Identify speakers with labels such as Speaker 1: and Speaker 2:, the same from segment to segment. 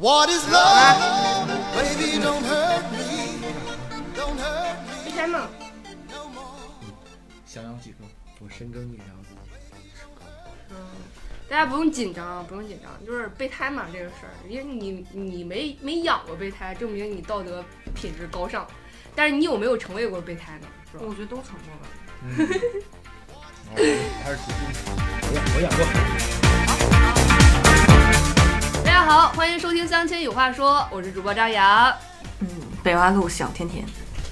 Speaker 1: What is love? Baby, don't hurt me. Don't hurt me
Speaker 2: 为什么？
Speaker 1: no more.
Speaker 3: 想要几个？
Speaker 4: 我深耕一两自己，
Speaker 2: 大家不用紧张，啊不用紧张，就是备胎嘛这个事儿，因为你你没没养过备胎，证明你道德品质高尚，但是你有没有成为过备胎呢？是吧？
Speaker 5: 我觉得都成功了。
Speaker 3: 还是挺我养我养过，
Speaker 2: 大家好，欢迎收听《相亲有话说》，我是主播张扬。
Speaker 5: 北洼路小甜甜，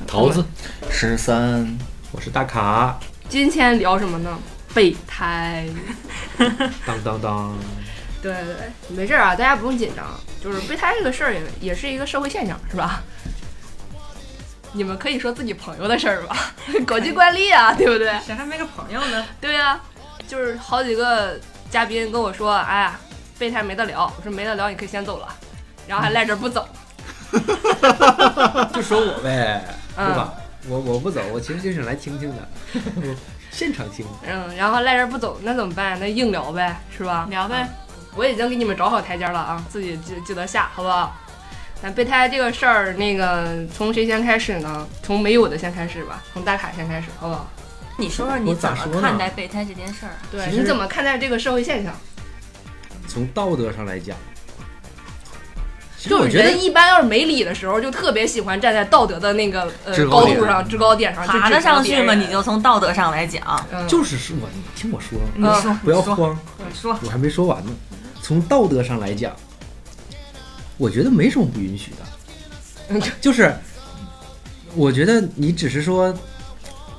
Speaker 6: 桃子，
Speaker 3: 十三，
Speaker 6: 我是大卡，
Speaker 2: 今天聊什么呢？备胎。
Speaker 6: 当当当，
Speaker 2: 对对对，没事儿啊，大家不用紧张，就是备胎这个事儿也也是一个社会现象，是吧？ 你们可以说自己朋友的事儿吧， 国际惯例啊，对不对？
Speaker 5: 谁还没个朋友呢？
Speaker 2: 对呀、就是好几个嘉宾跟我说，哎呀，备胎没得聊。我说没得聊，你可以先走了，然后还赖着不走，
Speaker 4: 就说我呗，
Speaker 2: 嗯
Speaker 4: 对吧？我我不走，我其实就是来听听的， 我现场听。
Speaker 2: 嗯，然后赖着不走，那怎么办？那硬聊呗，是吧？
Speaker 5: 聊呗，
Speaker 2: 我已经给你们找好台阶了啊，自己记记得下，好不好？那备胎这个事儿，那个从谁先开始呢？从没有的先开始吧，从大卡先开始，好不好？
Speaker 5: 你说说你
Speaker 4: 我
Speaker 5: 怎
Speaker 4: 咋
Speaker 5: 么
Speaker 4: 说呢
Speaker 5: 看待备胎这件事儿啊？
Speaker 2: 对，
Speaker 4: 其实
Speaker 2: 你怎么看待这个社会现象？
Speaker 4: 从道德上来讲，其实
Speaker 2: 就
Speaker 4: 我
Speaker 2: 是
Speaker 4: 觉
Speaker 2: 人
Speaker 4: 得
Speaker 2: 一般要是没理的时候，就特别喜欢站在道德的那个呃
Speaker 4: 制高
Speaker 2: 高
Speaker 4: 点
Speaker 2: 度上、制高点上去
Speaker 5: 爬
Speaker 2: 指
Speaker 5: 得
Speaker 2: 责
Speaker 5: 上
Speaker 2: 别
Speaker 5: 去吗？
Speaker 2: 人
Speaker 5: 你就从道德上来讲，
Speaker 2: 嗯
Speaker 4: 就是说，你听我说，
Speaker 5: 嗯你说
Speaker 4: 不要慌，
Speaker 5: 你说，
Speaker 4: 我还没说完呢。从道德上来讲，我觉得没什么不允许的，就是我觉得你只是说，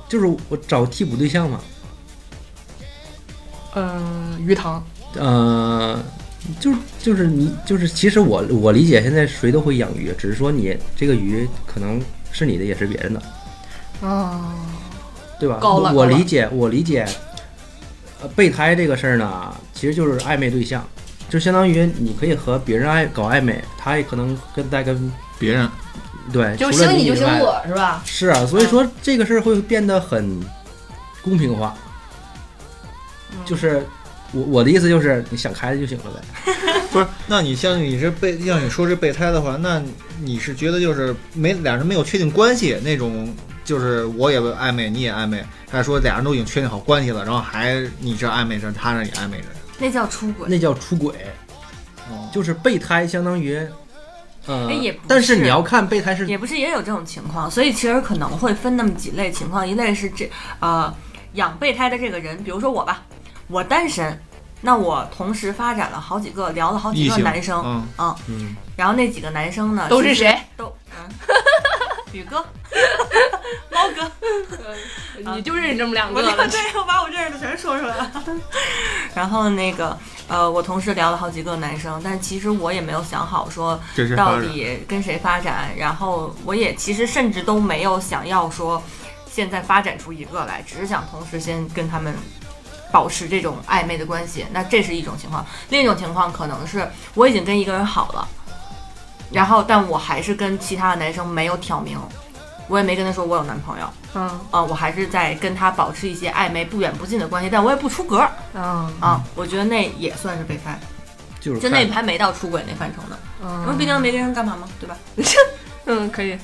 Speaker 4: 就是我找替补对象嘛，
Speaker 2: 嗯、鱼塘，
Speaker 4: 呃，就就是你就是，其实我我理解，现在谁都会养鱼，只是说你这个鱼可能是你的，也是别人的，哦
Speaker 2: 啊，
Speaker 4: 对吧？
Speaker 2: 高了
Speaker 4: 我我
Speaker 2: 高了
Speaker 4: 理解，我理解，呃，备胎这个事儿呢，其实就是暧昧对象，就相当于你可以和别人爱搞暧昧，他也可能跟在跟
Speaker 3: 别人
Speaker 4: 对，
Speaker 2: 就是
Speaker 4: 除了
Speaker 2: 兴
Speaker 4: 你
Speaker 2: 就
Speaker 4: 以
Speaker 2: 兴
Speaker 4: 外
Speaker 2: 我嗯是吧？
Speaker 4: 是啊，所以说这个事儿会变得很公平化，
Speaker 2: 嗯
Speaker 4: 就是我我的意思就是你想开了就行了呗。
Speaker 3: 不是？那你像你是备，像你说是备胎的话，那你是觉得就是没俩人没有确定关系那种，就是我也暧昧，你也暧昧，还是说俩人都已经确定好关系了，然后还你这暧昧着，他那也暧昧着？
Speaker 5: 那叫出轨。
Speaker 4: 那叫出轨，
Speaker 3: 哦
Speaker 4: 就是备胎，相当于，呃，
Speaker 5: 哎也不
Speaker 4: 但是
Speaker 5: 是
Speaker 4: 你要看备胎是
Speaker 5: 也不是也有这种情况，所以其实可能会分那么几类情况，一类是这呃养备胎的这个人，比如说我吧，我单身，那我同时发展了好几个，聊了好几
Speaker 3: 异
Speaker 5: 个
Speaker 3: 性
Speaker 5: 男生，
Speaker 3: 嗯，
Speaker 5: 啊，
Speaker 4: 嗯，
Speaker 5: 然后那几个男生呢
Speaker 4: 啊
Speaker 2: 都是
Speaker 5: 其实
Speaker 2: 谁？
Speaker 5: 都嗯，宇哥，猫哥，
Speaker 2: 啊你就认识这么两
Speaker 5: 我
Speaker 2: 个
Speaker 5: 就
Speaker 2: 了，
Speaker 5: 对，我把我认识的全说出来了。嗯 然后那个呃，我同事聊了好几个男生，但其实我也没有想好说
Speaker 3: 这是
Speaker 5: 到底跟谁发展，然后我也其实甚至都没有想要说现在发展出一个来，只是想同时先跟他们。保持这种暧昧的关系，那这是一种情况。另一种情况可能是我已经跟一个人好了，然后但我还是跟其他的男生没有挑明，我也没跟他说我有男朋友，
Speaker 2: 嗯
Speaker 5: 啊，我还是在跟他保持一些暧昧、不远不近的关系，但我也不出格儿
Speaker 2: 嗯
Speaker 5: 啊。我觉得那也算是备胎，
Speaker 4: 就是
Speaker 5: 就那
Speaker 4: 看
Speaker 5: 还没到出轨那范畴呢。因为
Speaker 2: 嗯
Speaker 5: 毕竟没跟人干嘛嘛，对吧？
Speaker 2: 嗯，可以，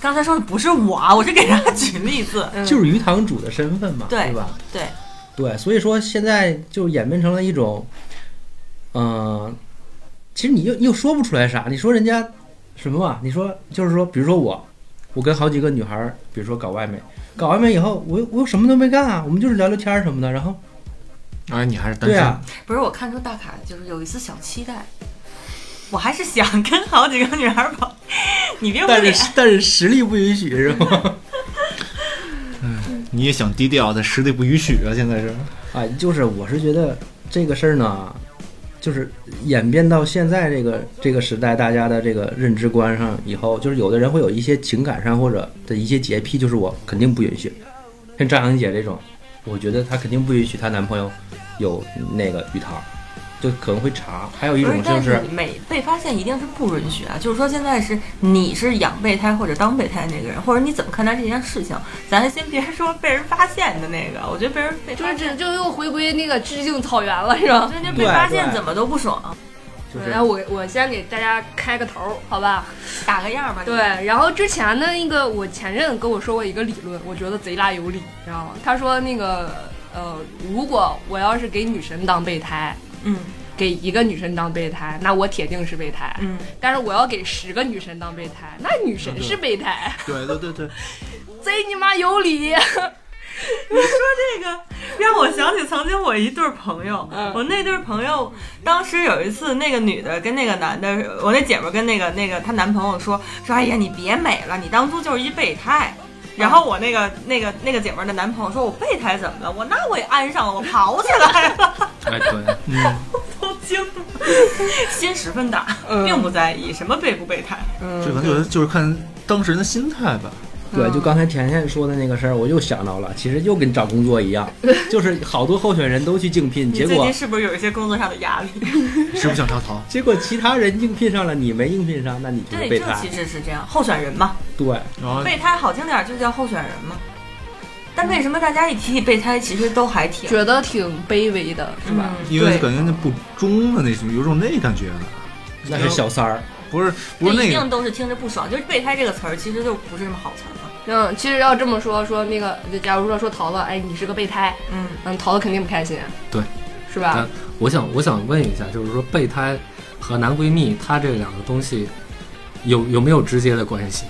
Speaker 5: 刚才说的不是我啊，我是给大家举例子。
Speaker 4: 就是鱼塘主的身份嘛，
Speaker 5: 对
Speaker 4: 吧？
Speaker 5: 对
Speaker 4: 对，所以说现在就演变成了一种，嗯、其实你又又说不出来啥，你说人家什么嘛？你说就是说，比如说我，我跟好几个女孩儿，比如说搞暧昧，搞暧昧以后，我又我又什么都没干啊，我们就是聊聊天儿什么的，然 后
Speaker 3: 而哎你还是单
Speaker 4: 对
Speaker 3: 身，
Speaker 4: 啊，
Speaker 5: 不是我看出大卡就是有一丝小期待，我还是想跟好几个女孩儿跑。你别捂啊
Speaker 4: 但
Speaker 5: 脸，
Speaker 4: 是但是实力不允许是吗？
Speaker 3: 你也想低调，但实力不允许啊，现在是。
Speaker 4: 啊，就是我是觉得这个事儿呢，就是演变到现在这个这个时代，大家的这个认知观上，以后就是有的人会有一些情感上或者的一些洁癖，就是我肯定不允许，像张莹姐这种，我觉得她肯定不允许她男朋友有那个鱼塘，就可能会查。还有一
Speaker 5: 不是
Speaker 4: 种，就
Speaker 5: 但
Speaker 4: 是
Speaker 5: 是每被发现一定是不允许啊。就是说，现在是你是养备胎或者当备胎那个人，或者你怎么看待这件事情，咱先别说被人发现的那个，我觉得被人被
Speaker 2: 就
Speaker 5: 发
Speaker 2: 是
Speaker 5: 现，
Speaker 2: 这就又回归那个致敬草原了，是吧？
Speaker 5: 就是
Speaker 4: 对
Speaker 5: 被发现
Speaker 4: 对
Speaker 5: 怎么都不爽。
Speaker 4: 就是
Speaker 2: 然后我我先给大家开个头儿，好吧？
Speaker 5: 打个样吧。
Speaker 2: 对，，然后之前的那个我前任跟我说过一个理论，我觉得贼拉有理，你知道吗？他说那个呃，如果我要是给女神当备胎，
Speaker 5: 嗯
Speaker 2: 给一个女神当备胎，那我铁定是备胎；
Speaker 5: 嗯，
Speaker 2: 但是我要给十个女神当备胎，那女神是备胎，
Speaker 3: 对对对对，
Speaker 5: 嗯
Speaker 2: 贼你妈有理。
Speaker 5: 这个让我想起曾经我一对儿朋友，
Speaker 2: 嗯
Speaker 5: 我那对儿朋友当时有一次，那个女的跟那个男的，我那姐们儿跟那个那个她男朋友说说，哎呀，你别美了，你当初就是一备胎。然后我那个那个那个姐们儿的男朋友说：“我备胎怎么了？我那我也安上了，我跑起来了，
Speaker 6: 哎 对，
Speaker 3: 嗯，
Speaker 5: 都惊了，心十分大，
Speaker 2: 嗯
Speaker 5: 并不在意什么备不备胎。
Speaker 2: 嗯
Speaker 3: 这可能就是就是看当事人的心态吧。
Speaker 4: 对，
Speaker 5: 嗯
Speaker 4: 就刚才甜甜说的那个事儿，我又想到了，其实又跟找工作一样，就是好多候选人都去竞聘，
Speaker 5: 你
Speaker 4: 结
Speaker 5: 最
Speaker 4: 果
Speaker 5: 近是不是有一些工作上的压力？
Speaker 3: 实不相上逃，
Speaker 4: 结果其他人应聘上了，你没应聘上，那你就是备
Speaker 5: 这
Speaker 4: 胎
Speaker 5: 其。实是这样，候选人嘛，
Speaker 4: 对，
Speaker 3: 然后
Speaker 5: 备胎好听点儿就叫候选人嘛。但为什么大家一提起备胎，其实都还挺
Speaker 2: 觉得挺卑微的，是吧？
Speaker 5: 嗯
Speaker 3: 因为
Speaker 5: 对
Speaker 3: 感觉那不忠的那种，有种那感觉的，
Speaker 4: 那是小三儿，
Speaker 3: 不是不是
Speaker 5: 这一
Speaker 3: 那个
Speaker 5: 定都是听着不爽。就是备胎这个词儿，其实就不是什么好词儿嘛。
Speaker 2: 嗯，其实要这么说，说那个，就假如说说桃子，哎，你是个备胎，
Speaker 5: 嗯，
Speaker 2: 嗯，桃子肯定不开心，
Speaker 6: 对，
Speaker 2: 是吧？
Speaker 7: 我想我想问一下，就是说备胎和男闺蜜，它这两个东西有有没有直接的关系？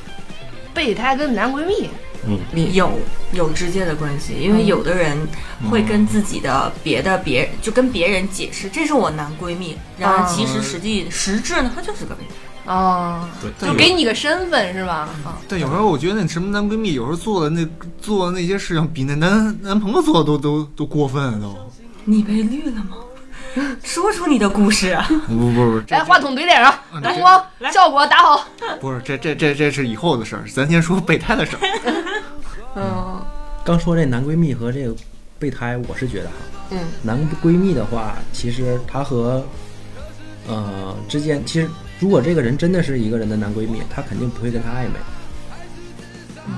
Speaker 2: 备胎跟男闺蜜，
Speaker 7: 嗯，
Speaker 5: 有有直接的关系，因为有的人
Speaker 3: 嗯
Speaker 5: 会跟自己的别的别就跟别人解释，这是我男闺蜜，然
Speaker 3: 啊
Speaker 5: 而其实实际实质呢，他就是个备胎。
Speaker 2: 哦，
Speaker 3: 对
Speaker 2: 就给你个身份是吧？
Speaker 7: 嗯
Speaker 2: 啊，
Speaker 3: 但有时候我觉得那什么男闺蜜，有时候做的那做的那些事情，比那男男朋友做的都都都过分啊都。
Speaker 5: 你被绿了吗？ 说出你的故事啊！
Speaker 3: 不不不，这
Speaker 2: 哎来，话筒怼脸上，
Speaker 3: 嗯
Speaker 2: 灯光效果打好。
Speaker 3: 不是这这这这是以后的事儿，咱先说备胎的事儿。
Speaker 2: 嗯
Speaker 4: 刚说这男闺蜜和这个备胎，我是觉得哈，
Speaker 2: 嗯
Speaker 4: 男闺蜜的话，其实他和呃之间，其实如果这个人真的是一个人的男闺蜜，他肯定不会跟他暧昧。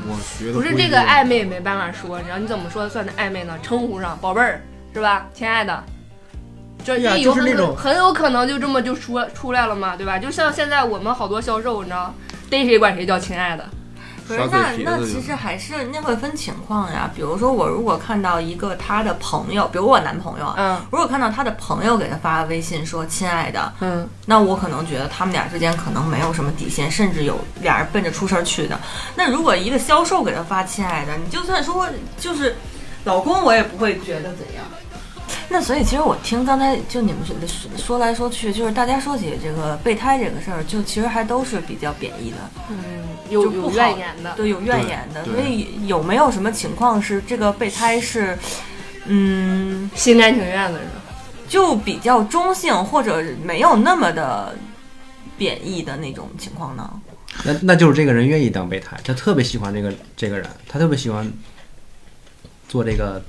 Speaker 3: 我觉得
Speaker 2: 不是
Speaker 3: 一
Speaker 2: 这个
Speaker 3: 定
Speaker 2: 暧昧没办法说，你知道你怎么说算的暧昧呢？称呼上，宝贝儿是吧？亲爱的，这
Speaker 4: 对呀
Speaker 2: 这有
Speaker 4: 就是
Speaker 2: 很
Speaker 4: 那种
Speaker 2: 很有可能就这么就出出来了嘛，对吧？就像现在我们好多销售，你知道，逮谁管谁叫亲爱的。
Speaker 5: 可
Speaker 3: 刷
Speaker 5: 是
Speaker 3: 嘴
Speaker 5: 那
Speaker 3: 皮子
Speaker 5: 那
Speaker 3: 就
Speaker 5: 其
Speaker 3: 是
Speaker 5: 实还是那会分情况呀，比如说我如果看到一个他的朋友，比如我男朋友啊，
Speaker 2: 嗯
Speaker 5: 如果看到他的朋友给他发微信说“亲爱的
Speaker 2: 嗯，”，
Speaker 5: 那我可能觉得他们俩之间可能没有什么底线，甚至有俩人奔着出事儿去的。那如果一个销售给他发“亲爱的”，你就算说就是老公，我也不会觉得怎样。那所以其实我听刚才就你们说说来说去，就是大家说起这个备胎这个事儿，就其实还都是比较贬义的。
Speaker 2: 有
Speaker 5: 就不
Speaker 2: 嗯有
Speaker 5: 好
Speaker 2: 怨言的，
Speaker 5: 对，有怨言的。
Speaker 3: 对
Speaker 5: 所以有没有什么情况是这个备胎是，嗯，
Speaker 2: 心甘情愿的是吧？
Speaker 5: 就比较中性或者没有那么的贬义的那种情况呢？
Speaker 4: 那那就是这个人愿意当备胎，他特别喜欢这个这个人，他特别喜欢做这个。
Speaker 7: 哦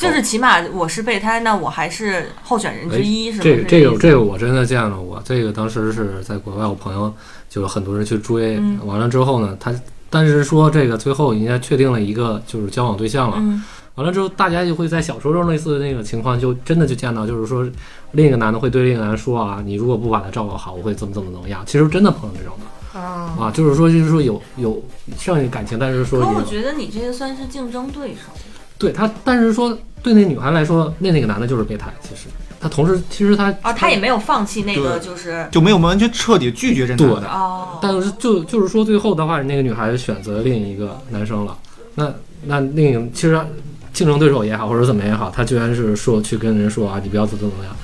Speaker 5: 就是起码我是备胎，那我还是候选人之一，是吗？
Speaker 7: 哎这个
Speaker 5: 是
Speaker 7: 这
Speaker 5: 意
Speaker 7: 个
Speaker 5: 思
Speaker 7: 这个我真的见了过，这个当时是在国外，我朋友就是很多人去追，
Speaker 5: 嗯
Speaker 7: 完了之后呢，他但是说这个最后人家确定了一个就是交往对象了，
Speaker 5: 嗯
Speaker 7: 完了之后大家就会在小说中类似的那个情况就真的就见到，就是说另一个男的会对另一个男的说啊，你如果不把他照顾好，我会怎么怎么怎么样，其实真的碰到这种的
Speaker 2: 啊，
Speaker 7: 啊，就是说就是说有有上一感情，但是说
Speaker 5: 哦可
Speaker 7: 有
Speaker 5: 我觉得你这个算是竞争对手，
Speaker 7: 对他，但是说对那女孩来说，那那个男的就是备胎，其实他同时其实他
Speaker 5: 哦而他也没有放弃那个
Speaker 3: 对
Speaker 5: 就是
Speaker 3: 就没有完全彻底拒绝这男的，
Speaker 5: 哦，
Speaker 7: 但是就就是说，最后的话，那个女孩选择另一个男生了。那那另一个其实竞争对手也好，或者怎么也好，她居然是说去跟人说啊，你不要怎么怎么样，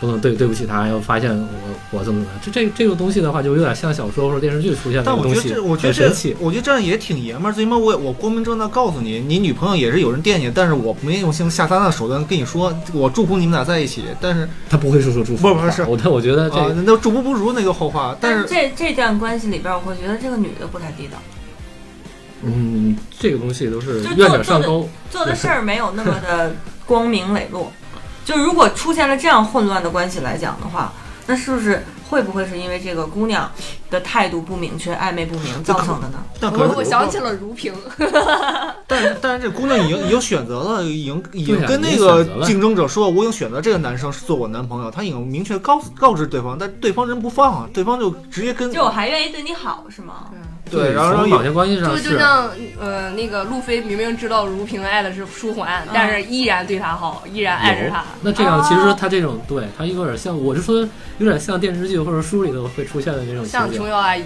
Speaker 7: 说怎么对对不起他，又发现我我怎么怎么样。这这这个东西的话，就有点像小说或者电视剧出现的
Speaker 3: 但我
Speaker 7: 东
Speaker 3: 觉得
Speaker 7: 西
Speaker 3: 这，我觉得
Speaker 7: 很神
Speaker 3: 这
Speaker 7: 奇。
Speaker 3: 我觉得这样也挺爷们儿，最起码我也我光明正大告诉你，你女朋友也是有人惦记，但是我没用像下三滥的手段跟你说，我祝福你们俩在一起，但是
Speaker 7: 他不会说出祝福的话，
Speaker 3: 不不是
Speaker 7: 我，但我觉得这
Speaker 3: 啊，那祝福不如那个后话，但是
Speaker 5: 这这段关系里边，我会觉得这个女的不太地道。
Speaker 7: 嗯，这个东西都是
Speaker 5: 就
Speaker 7: 愿
Speaker 5: 做
Speaker 7: 者上钩。
Speaker 5: 做的事儿没有那么 的光明磊落。就如果出现了这样混乱的关系来讲的话，那是不是会不会是因为这个姑娘的态度不明确、暧昧不明造成的呢？
Speaker 3: 但可
Speaker 2: 我
Speaker 3: 是
Speaker 2: 我想起了如萍，
Speaker 3: 但是但是这姑娘已经已经选择了，已经啊已经
Speaker 7: 对呀
Speaker 3: 跟那
Speaker 7: 已经选择
Speaker 3: 个
Speaker 7: 了
Speaker 3: 竞争者说，我已经选择这个男生是做我男朋友，她已经明确告告知对方，但对方人不放，啊对方就直接跟
Speaker 5: 就我还愿意对你好是 吗？
Speaker 3: 对，然后然后
Speaker 7: 从
Speaker 3: 有
Speaker 7: 绑定关系上
Speaker 2: 就是就像呃那个路飞明明知道如萍爱的是舒缓，但是依然对她好，依然爱着
Speaker 7: 有
Speaker 2: 她。
Speaker 7: 那这样
Speaker 5: 哦
Speaker 7: 其实他这种对他有点像，我是说有点像电视剧或者书里头会出现的那种
Speaker 2: 像
Speaker 7: 情
Speaker 2: 琼
Speaker 7: 景。
Speaker 2: 瑶阿 姨，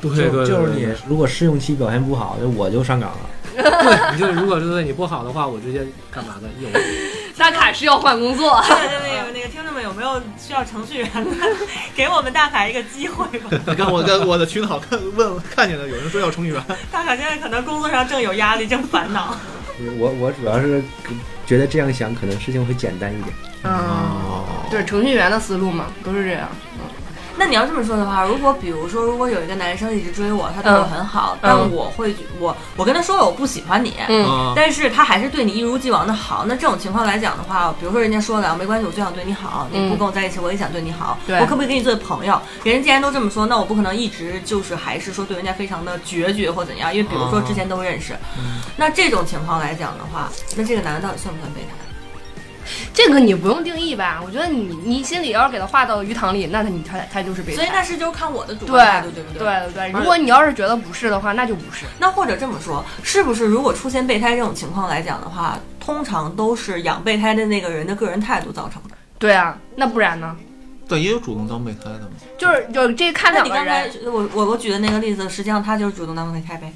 Speaker 7: 对
Speaker 4: 就
Speaker 7: 对对，
Speaker 4: 就是
Speaker 7: 对
Speaker 4: 你如果试用期表现不好，就我就上岗了。
Speaker 7: 对，你就如果是对你不好的话，我直接干嘛的？有
Speaker 2: 大卡是要换工作，
Speaker 5: 那个那个听众们有没有需要程序员的， 给我们大凯一个机会 吧？
Speaker 3: 你看我在我的群里好看问看见了，有人说要程序员，
Speaker 5: 大凯现在可能工作上正有压力，正烦恼。
Speaker 4: 我我主要是觉得这样想，可能事情会简单一点。
Speaker 2: 嗯，对，程序员的思路嘛，都是这样。
Speaker 5: 那你要这么说的话，如果比如说，如果有一个男生一直追我，他对我很好，但我会觉我我跟他说了我不喜欢你，
Speaker 2: 嗯，
Speaker 3: 啊，
Speaker 5: 但是他还是对你一如既往的好。那这种情况来讲的话，比如说人家说了没关系，我就想对你好，
Speaker 2: 嗯
Speaker 5: 你不跟我在一起，我也想对你好，
Speaker 2: 对
Speaker 5: 我可不可以跟你做朋友？别人既然都这么说，那我不可能一直就是还是说对人家非常的决绝或怎样，因为比如说
Speaker 3: 哦
Speaker 5: 之前都认识。
Speaker 2: 嗯
Speaker 5: 那这种情况来讲的话，那这个男的到底算不算备胎？
Speaker 2: 这个你不用定义吧？我觉得你你心里要是给他划到鱼塘里，那他你他他就是备
Speaker 5: 所以
Speaker 2: 胎。
Speaker 5: 那是就是看我的主观态度，
Speaker 2: 对
Speaker 5: 对不对
Speaker 2: 对对，如果你要是觉得不是的话，那就不是。
Speaker 5: 那或者这么说，是不是如果出现备胎这种情况来讲的话，通常都是养备胎的那个人的个人态度造成的？
Speaker 2: 对啊，那不然呢？
Speaker 3: 对，也有主动当备胎的嘛。
Speaker 2: 就是就是这看
Speaker 5: 那
Speaker 2: 两
Speaker 5: 你
Speaker 2: 个
Speaker 5: 刚才
Speaker 2: 人，
Speaker 5: 我我我举的那个例子，实际上他就是主动当备胎呗。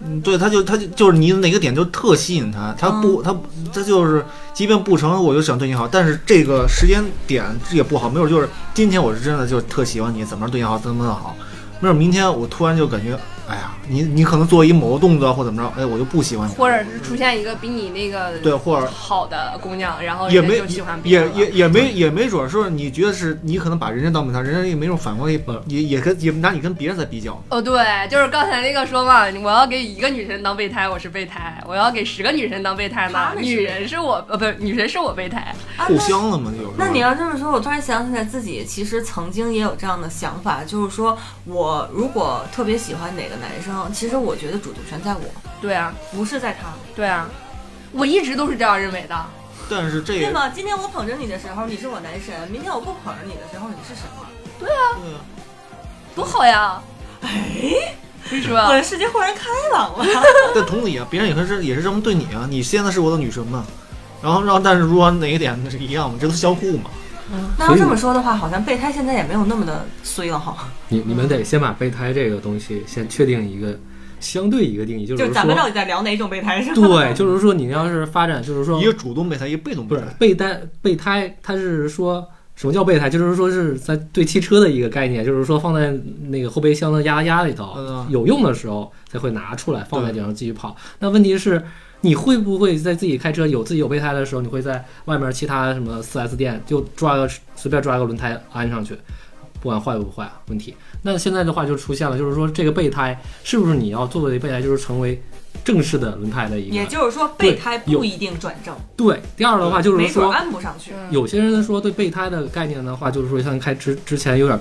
Speaker 3: 嗯，对，他就他就就是你哪个点就特吸引他，他
Speaker 2: 嗯
Speaker 3: 不、他他就是，即便不成，我就想对你好，但是这个时间点也不好，没准就是今天我是真的就特喜欢你，怎么对你好怎么好，没准明天我突然就感觉，哎呀，你你可能做一某个动作或怎么着，哎，我就不喜欢你了，
Speaker 2: 或者是出现一个比你那个
Speaker 3: 对，或者
Speaker 2: 好的姑娘，然后
Speaker 3: 也
Speaker 2: 人
Speaker 3: 没
Speaker 2: 家就喜欢别
Speaker 3: 也
Speaker 2: 人了。
Speaker 3: 也也没也没准是你觉得是你可能把人家当备胎，人家也没准反过来也也也跟也拿你跟别人在比较，
Speaker 2: 哦，对，就是刚才那个说嘛，我要给一个女神当备胎，我是备胎；我要给十个女神当备胎呢
Speaker 5: 他，们是
Speaker 2: 女人是我呃，不是女神是我备胎。
Speaker 5: 啊，
Speaker 3: 互相了嘛，有时候。
Speaker 5: 那
Speaker 7: 嗯
Speaker 5: 你要这么说，我突然想起来自己其实曾经也有这样的想法，就是说我如果特别喜欢哪个男生，其实我觉得主动权在我，
Speaker 2: 对啊，
Speaker 5: 不是在他，
Speaker 2: 对啊，我一直都是这样认为的。
Speaker 3: 但是这
Speaker 5: 对
Speaker 3: 个
Speaker 5: 吗？今天我捧着你的时候，你是我男神；明天我不捧着你的时候，你是什么？
Speaker 3: 啊
Speaker 2: 多好呀！哎，是吧
Speaker 5: 我？的世界豁然开朗了。
Speaker 3: 但同理啊，别人也是也是这么对你啊，你现在是我的女神嘛，然后然后但是如果哪一点是一样嘛，这都相互嘛。
Speaker 5: 那要这么说的话，好像备胎现在也没有那么的衰了哈。
Speaker 7: 你你们得先把备胎这个东西先确定一个相对一个定义，就
Speaker 5: 就是咱们到
Speaker 7: 说，
Speaker 5: 底在聊哪种备胎是吧？
Speaker 7: 对，就是说你要是发展，就是说
Speaker 3: 一个主动备胎，一个被动
Speaker 7: 不
Speaker 3: 备
Speaker 7: 是
Speaker 3: 胎。
Speaker 7: 备胎，备胎它是说什么叫备胎？就是说是在对汽车的一个概念，就是说放在那个后备箱的压压里头
Speaker 3: 嗯，
Speaker 7: 有用的时候才会拿出来放在顶上继续跑。那问题是。你会不会在自己开车有自己有备胎的时候，你会在外面其他什么 4S 店就抓个随便抓个轮胎安上去，不管坏不坏问题？那现在的话就出现了，就是说这个备胎是不是你要作为备胎，就是成为正式的轮胎的一个？
Speaker 5: 也就是说，备胎不一定转正，
Speaker 7: 对。第二的话就是
Speaker 5: 没准
Speaker 7: 说，
Speaker 5: 安不上去。
Speaker 7: 有些人说对备胎的概念的话，就是说像开之之前有点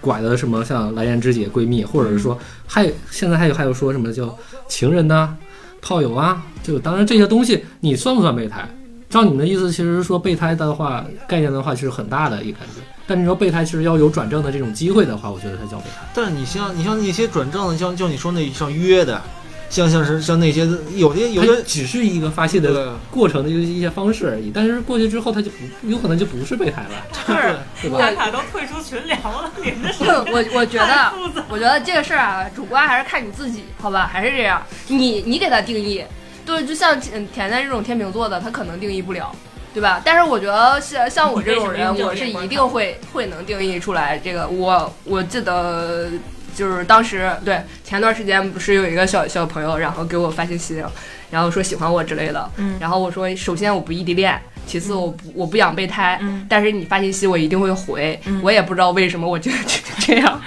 Speaker 7: 拐的什么，像蓝颜知己、闺蜜，或者是说还有现在还有还有说什么叫情人呐、炮友啊，就当然这些东西你算不算备胎？照你们的意思，其实说备胎的话，概念的话，其实很大的一个感觉。但你说备胎其实要有转正的这种机会的话，我觉得它叫备胎。
Speaker 3: 但是你像你像那些转正的，像像你说那像约的，像像是像那些有些有
Speaker 7: 它
Speaker 3: 些
Speaker 7: 只是一个发泄的
Speaker 3: 对，
Speaker 7: 过程的一些方式而已。但是过去之后，它就不有可能就不是备胎了，
Speaker 2: 就是
Speaker 7: 对吧？
Speaker 5: 大凯都退出群聊了，你们这是
Speaker 2: 我我觉
Speaker 5: 太
Speaker 2: 得，
Speaker 5: 复杂。
Speaker 2: 我觉得这个事儿啊，主观还是看你自己，好吧？还是这样，你你给他定义，对，就像嗯甜甜这种天秤座的，他可能定义不了。对吧？但是我觉得像像我这种人，我是一定会会能定义出来这个。我我记得就是当时对前段时间不是有一个小小朋友，然后给我发信息，然后说喜欢我之类的。
Speaker 5: 嗯
Speaker 2: 然后我说，首先我不异地恋，其次我不我不养备胎，
Speaker 5: 嗯
Speaker 2: 但是你发信息我一定会回，
Speaker 5: 嗯
Speaker 2: 我也不知道为什么 我就这样，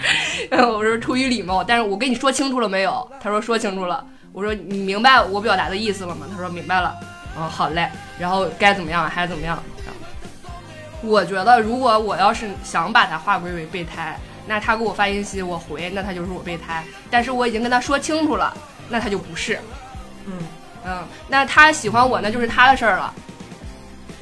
Speaker 2: 呃我说出于礼貌，但是我跟你说清楚了没有？他说说清楚了。我说你明白我表达的意思了吗？他说明白了。嗯，好嘞。然后该怎么样还怎么样。我觉得如果我要是想把它划归为备胎，那他给我发信息，我回，那他就是我备胎。但是我已经跟他说清楚了，那他就不是。
Speaker 5: 嗯，
Speaker 2: 嗯，那他喜欢我，那就是他的事儿了。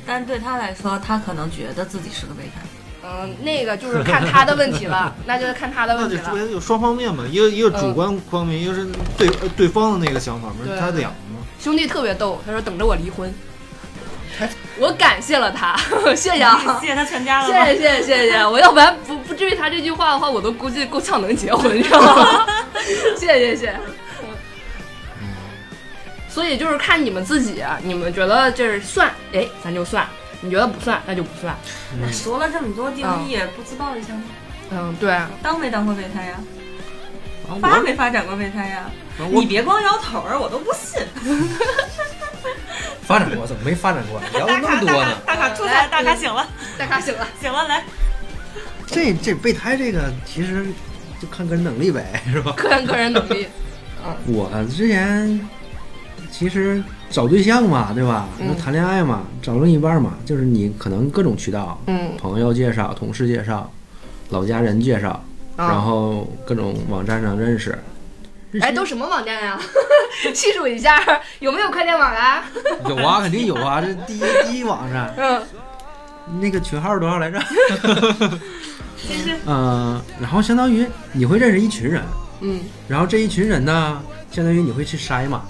Speaker 5: 但是对他来说，他可能觉得自己是个备胎。
Speaker 2: 嗯，那个就是看他的问题 了，那就是看他的
Speaker 3: 那
Speaker 2: 问
Speaker 3: 就
Speaker 2: 题
Speaker 3: 说
Speaker 2: 了。
Speaker 3: 有双方面嘛，一个一个主
Speaker 2: 嗯
Speaker 3: 观方面，一个是对呃对方的那个想法嘛，
Speaker 2: 对
Speaker 3: 他两个嘛。
Speaker 2: 兄弟特别逗，他说等着我离 婚，我感谢了他， 谢谢啊。
Speaker 5: 哎谢谢他全家了
Speaker 2: 谢
Speaker 5: 吗？
Speaker 2: 谢谢谢谢谢，我要不然不不至于他这句话的话，我都估计够呛能结婚，你知道 吗？谢谢谢谢。所以就是看你们自己，啊你们觉得这是算，哎，咱就算；你觉得不算，那就不算。
Speaker 5: 说了这么多定义，不自曝一下吗？
Speaker 2: 嗯，对，
Speaker 5: 嗯当没当过备胎呀？
Speaker 3: 啊
Speaker 5: 发
Speaker 3: 我
Speaker 5: 没发展过备胎呀？
Speaker 3: 啊我
Speaker 5: 你别光摇头儿，我都不信。
Speaker 4: 发展过，怎么没发展过？ 聊了那么多呢？
Speaker 5: 大卡出来，大卡醒了，
Speaker 2: 大咖醒了，
Speaker 5: 醒了，来，
Speaker 4: 这这备胎这个其实就看个人能力呗，是吧？
Speaker 2: 个人个人能力，
Speaker 4: 我之前其实找对象嘛，对吧？
Speaker 2: 嗯
Speaker 4: 就谈恋爱嘛，找另一半嘛，就是你可能各种渠道，
Speaker 2: 嗯
Speaker 4: 朋友介绍、同事介绍、老家人介绍，然
Speaker 2: 啊，
Speaker 4: 后各种网站上认识。
Speaker 2: 哎，都什么网站呀、细数一下，有没有快电网啊？
Speaker 4: 有啊，肯定有啊，这第一第一网站
Speaker 2: 嗯，
Speaker 4: 那个群号是多少来着？
Speaker 5: 其实
Speaker 4: 呃，然后相当于你会认识一群人，
Speaker 2: 嗯，
Speaker 4: 然后这一群人呢，相当于你会去筛嘛，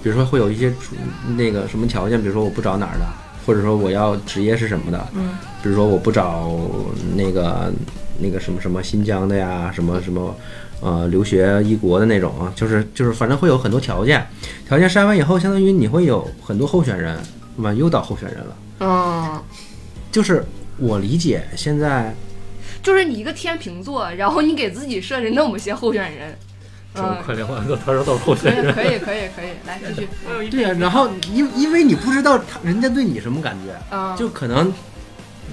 Speaker 4: 比如说会有一些主那个什么条件，比如说我不找哪儿的，或者说我要职业是什么的，
Speaker 5: 嗯，
Speaker 4: 比如说我不找那个那个什么什么新疆的呀，什么什么。呃，留学异国的那种啊，就是就是，反正会有很多条件，条件筛完以后，相当于你会有很多候选人，往诱导候选人了。
Speaker 2: 嗯，
Speaker 4: 就是我理解，现在
Speaker 2: 就是你一个天秤座，然后你给自己设置那么些候选人，
Speaker 7: 这么
Speaker 2: 嗯，
Speaker 7: 快聊完了，他说到候
Speaker 2: 可
Speaker 7: 选
Speaker 2: 以
Speaker 7: 人，
Speaker 2: 可以可以可以，来继续，
Speaker 5: 我有一
Speaker 4: 对呀、然后因因为你不知道他人家对你什么感觉，
Speaker 2: 嗯，
Speaker 4: 就可能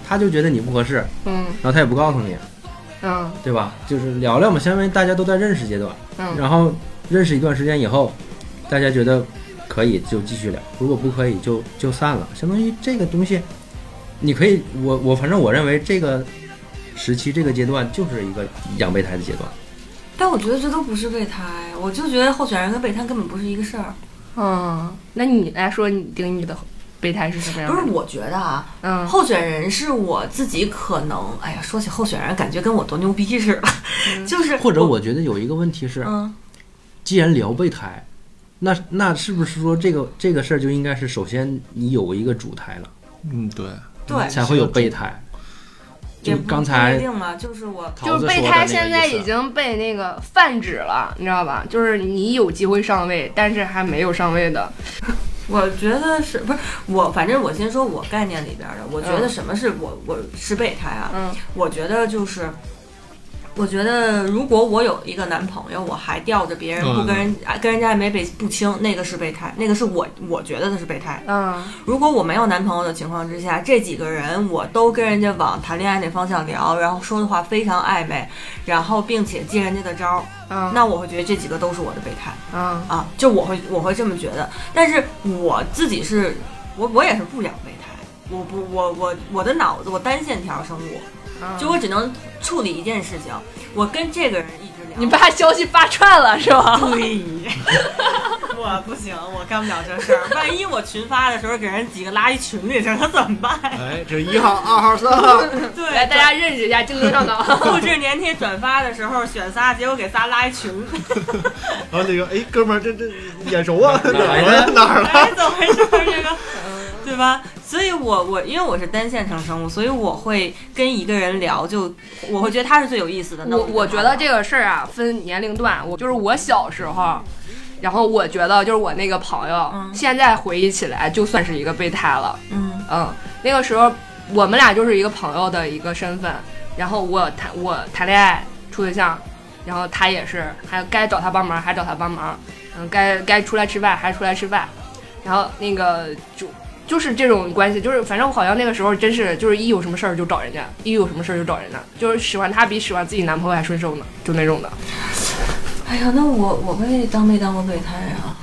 Speaker 4: 他就觉得你不合适，
Speaker 2: 嗯
Speaker 4: 然后他也不告诉你，
Speaker 2: 嗯
Speaker 4: 对吧？就是聊聊嘛，相当于大家都在认识阶段，
Speaker 2: 嗯
Speaker 4: 然后认识一段时间以后，大家觉得可以就继续聊，如果不可以就就散了，相当于这个东西，你可以，我我反正我认为这个时期这个阶段就是一个养备胎的阶段。
Speaker 5: 但我觉得这都不是备胎，我就觉得候选人跟备胎根本不是一个事儿。
Speaker 2: 嗯，那你来说你定义的备胎是什么样
Speaker 5: 不
Speaker 2: 的？
Speaker 5: 是，我觉得啊，
Speaker 2: 嗯，
Speaker 5: 候选人是我自己可能，哎呀，说起候选人，感觉跟我多牛逼似的，就是
Speaker 4: 或者我觉得有一个问题是，
Speaker 5: 嗯，
Speaker 4: 既然聊备胎，那那是不是说这个这个事儿就应该是首先你有一个主胎了，
Speaker 3: 嗯，对，
Speaker 5: 对，
Speaker 4: 才会有备胎？
Speaker 5: 也
Speaker 4: 就
Speaker 5: 不
Speaker 4: 刚
Speaker 5: 不
Speaker 4: 才
Speaker 5: 一定嘛，就是我
Speaker 4: 桃
Speaker 2: 就是
Speaker 4: 子说的
Speaker 2: 备
Speaker 4: 那
Speaker 2: 胎
Speaker 4: 个
Speaker 2: 现在已
Speaker 4: 意思，
Speaker 2: 经被那个泛指了，你知道吧？就是你有机会上位，但是还没有上位的，
Speaker 5: 我觉得是不是我？反正我先说我概念里边儿的，我觉得什么是我我是备胎啊？
Speaker 2: 嗯
Speaker 5: 我觉得就是，我觉得如果我有一个男朋友，我还吊着别人
Speaker 4: 嗯
Speaker 5: 不跟人、啊跟人家暧昧被不清，那个是备胎，那个是我我觉得的是备胎。
Speaker 2: 嗯
Speaker 5: 如果我没有男朋友的情况之下，这几个人我都跟人家往谈恋爱那方向聊，然后说的话非常暧昧，然后并且接人家的招儿，
Speaker 2: 嗯
Speaker 5: 那我会觉得这几个都是我的备胎。
Speaker 2: 嗯
Speaker 5: 啊，就我会我会这么觉得，但是我自己是，我我也是不养备胎，我不我我我的脑子我单线条生物，
Speaker 2: 嗯，
Speaker 5: 就我只能处理一件事情，我跟这个人一直聊。
Speaker 2: 你 把消息发串了是吧？
Speaker 5: 对， 我不行，我干不了这事儿。万一我群发的时候给人几个拉一群里去，那怎么办呀？
Speaker 3: 哎，这一号、二号、三号，
Speaker 5: 对，
Speaker 2: 来，大家认识一下，竞 争上岗。
Speaker 5: 复制粘贴转发的时候选仨，结果给仨拉一群，
Speaker 3: 然后那个哎，哥们儿，这这眼熟啊，哪
Speaker 4: 来
Speaker 3: 儿了哪儿了？
Speaker 5: 哎，怎么回事儿？这个，
Speaker 2: 嗯
Speaker 5: 对吧？所以我我因为我是单线程生物，所以我会跟一个人聊，就我会觉得他是最有意思的。那
Speaker 2: 我
Speaker 5: 就
Speaker 2: 我
Speaker 5: 跟
Speaker 2: 觉
Speaker 5: 他
Speaker 2: 得
Speaker 5: 聊
Speaker 2: 这个事儿啊，分年龄段。我就是我小时候，然后我觉得就是我那个朋友，
Speaker 5: 嗯
Speaker 2: 现在回忆起来就算是一个备胎了。
Speaker 5: 嗯
Speaker 2: 嗯，那个时候我们俩就是一个朋友的一个身份，然后我谈我谈恋爱处对象，然后他也是，还该找他帮忙还找他帮忙，嗯，该该出来吃饭还出来吃饭，然后那个就就是这种关系，就是反正我好像那个时候真是就是一有什么事儿就找人家，一有什么事儿就找人家，就是使唤他比使唤自己男朋友还顺手呢，就那种的。
Speaker 5: 哎呀，那我我被当没当过备胎啊？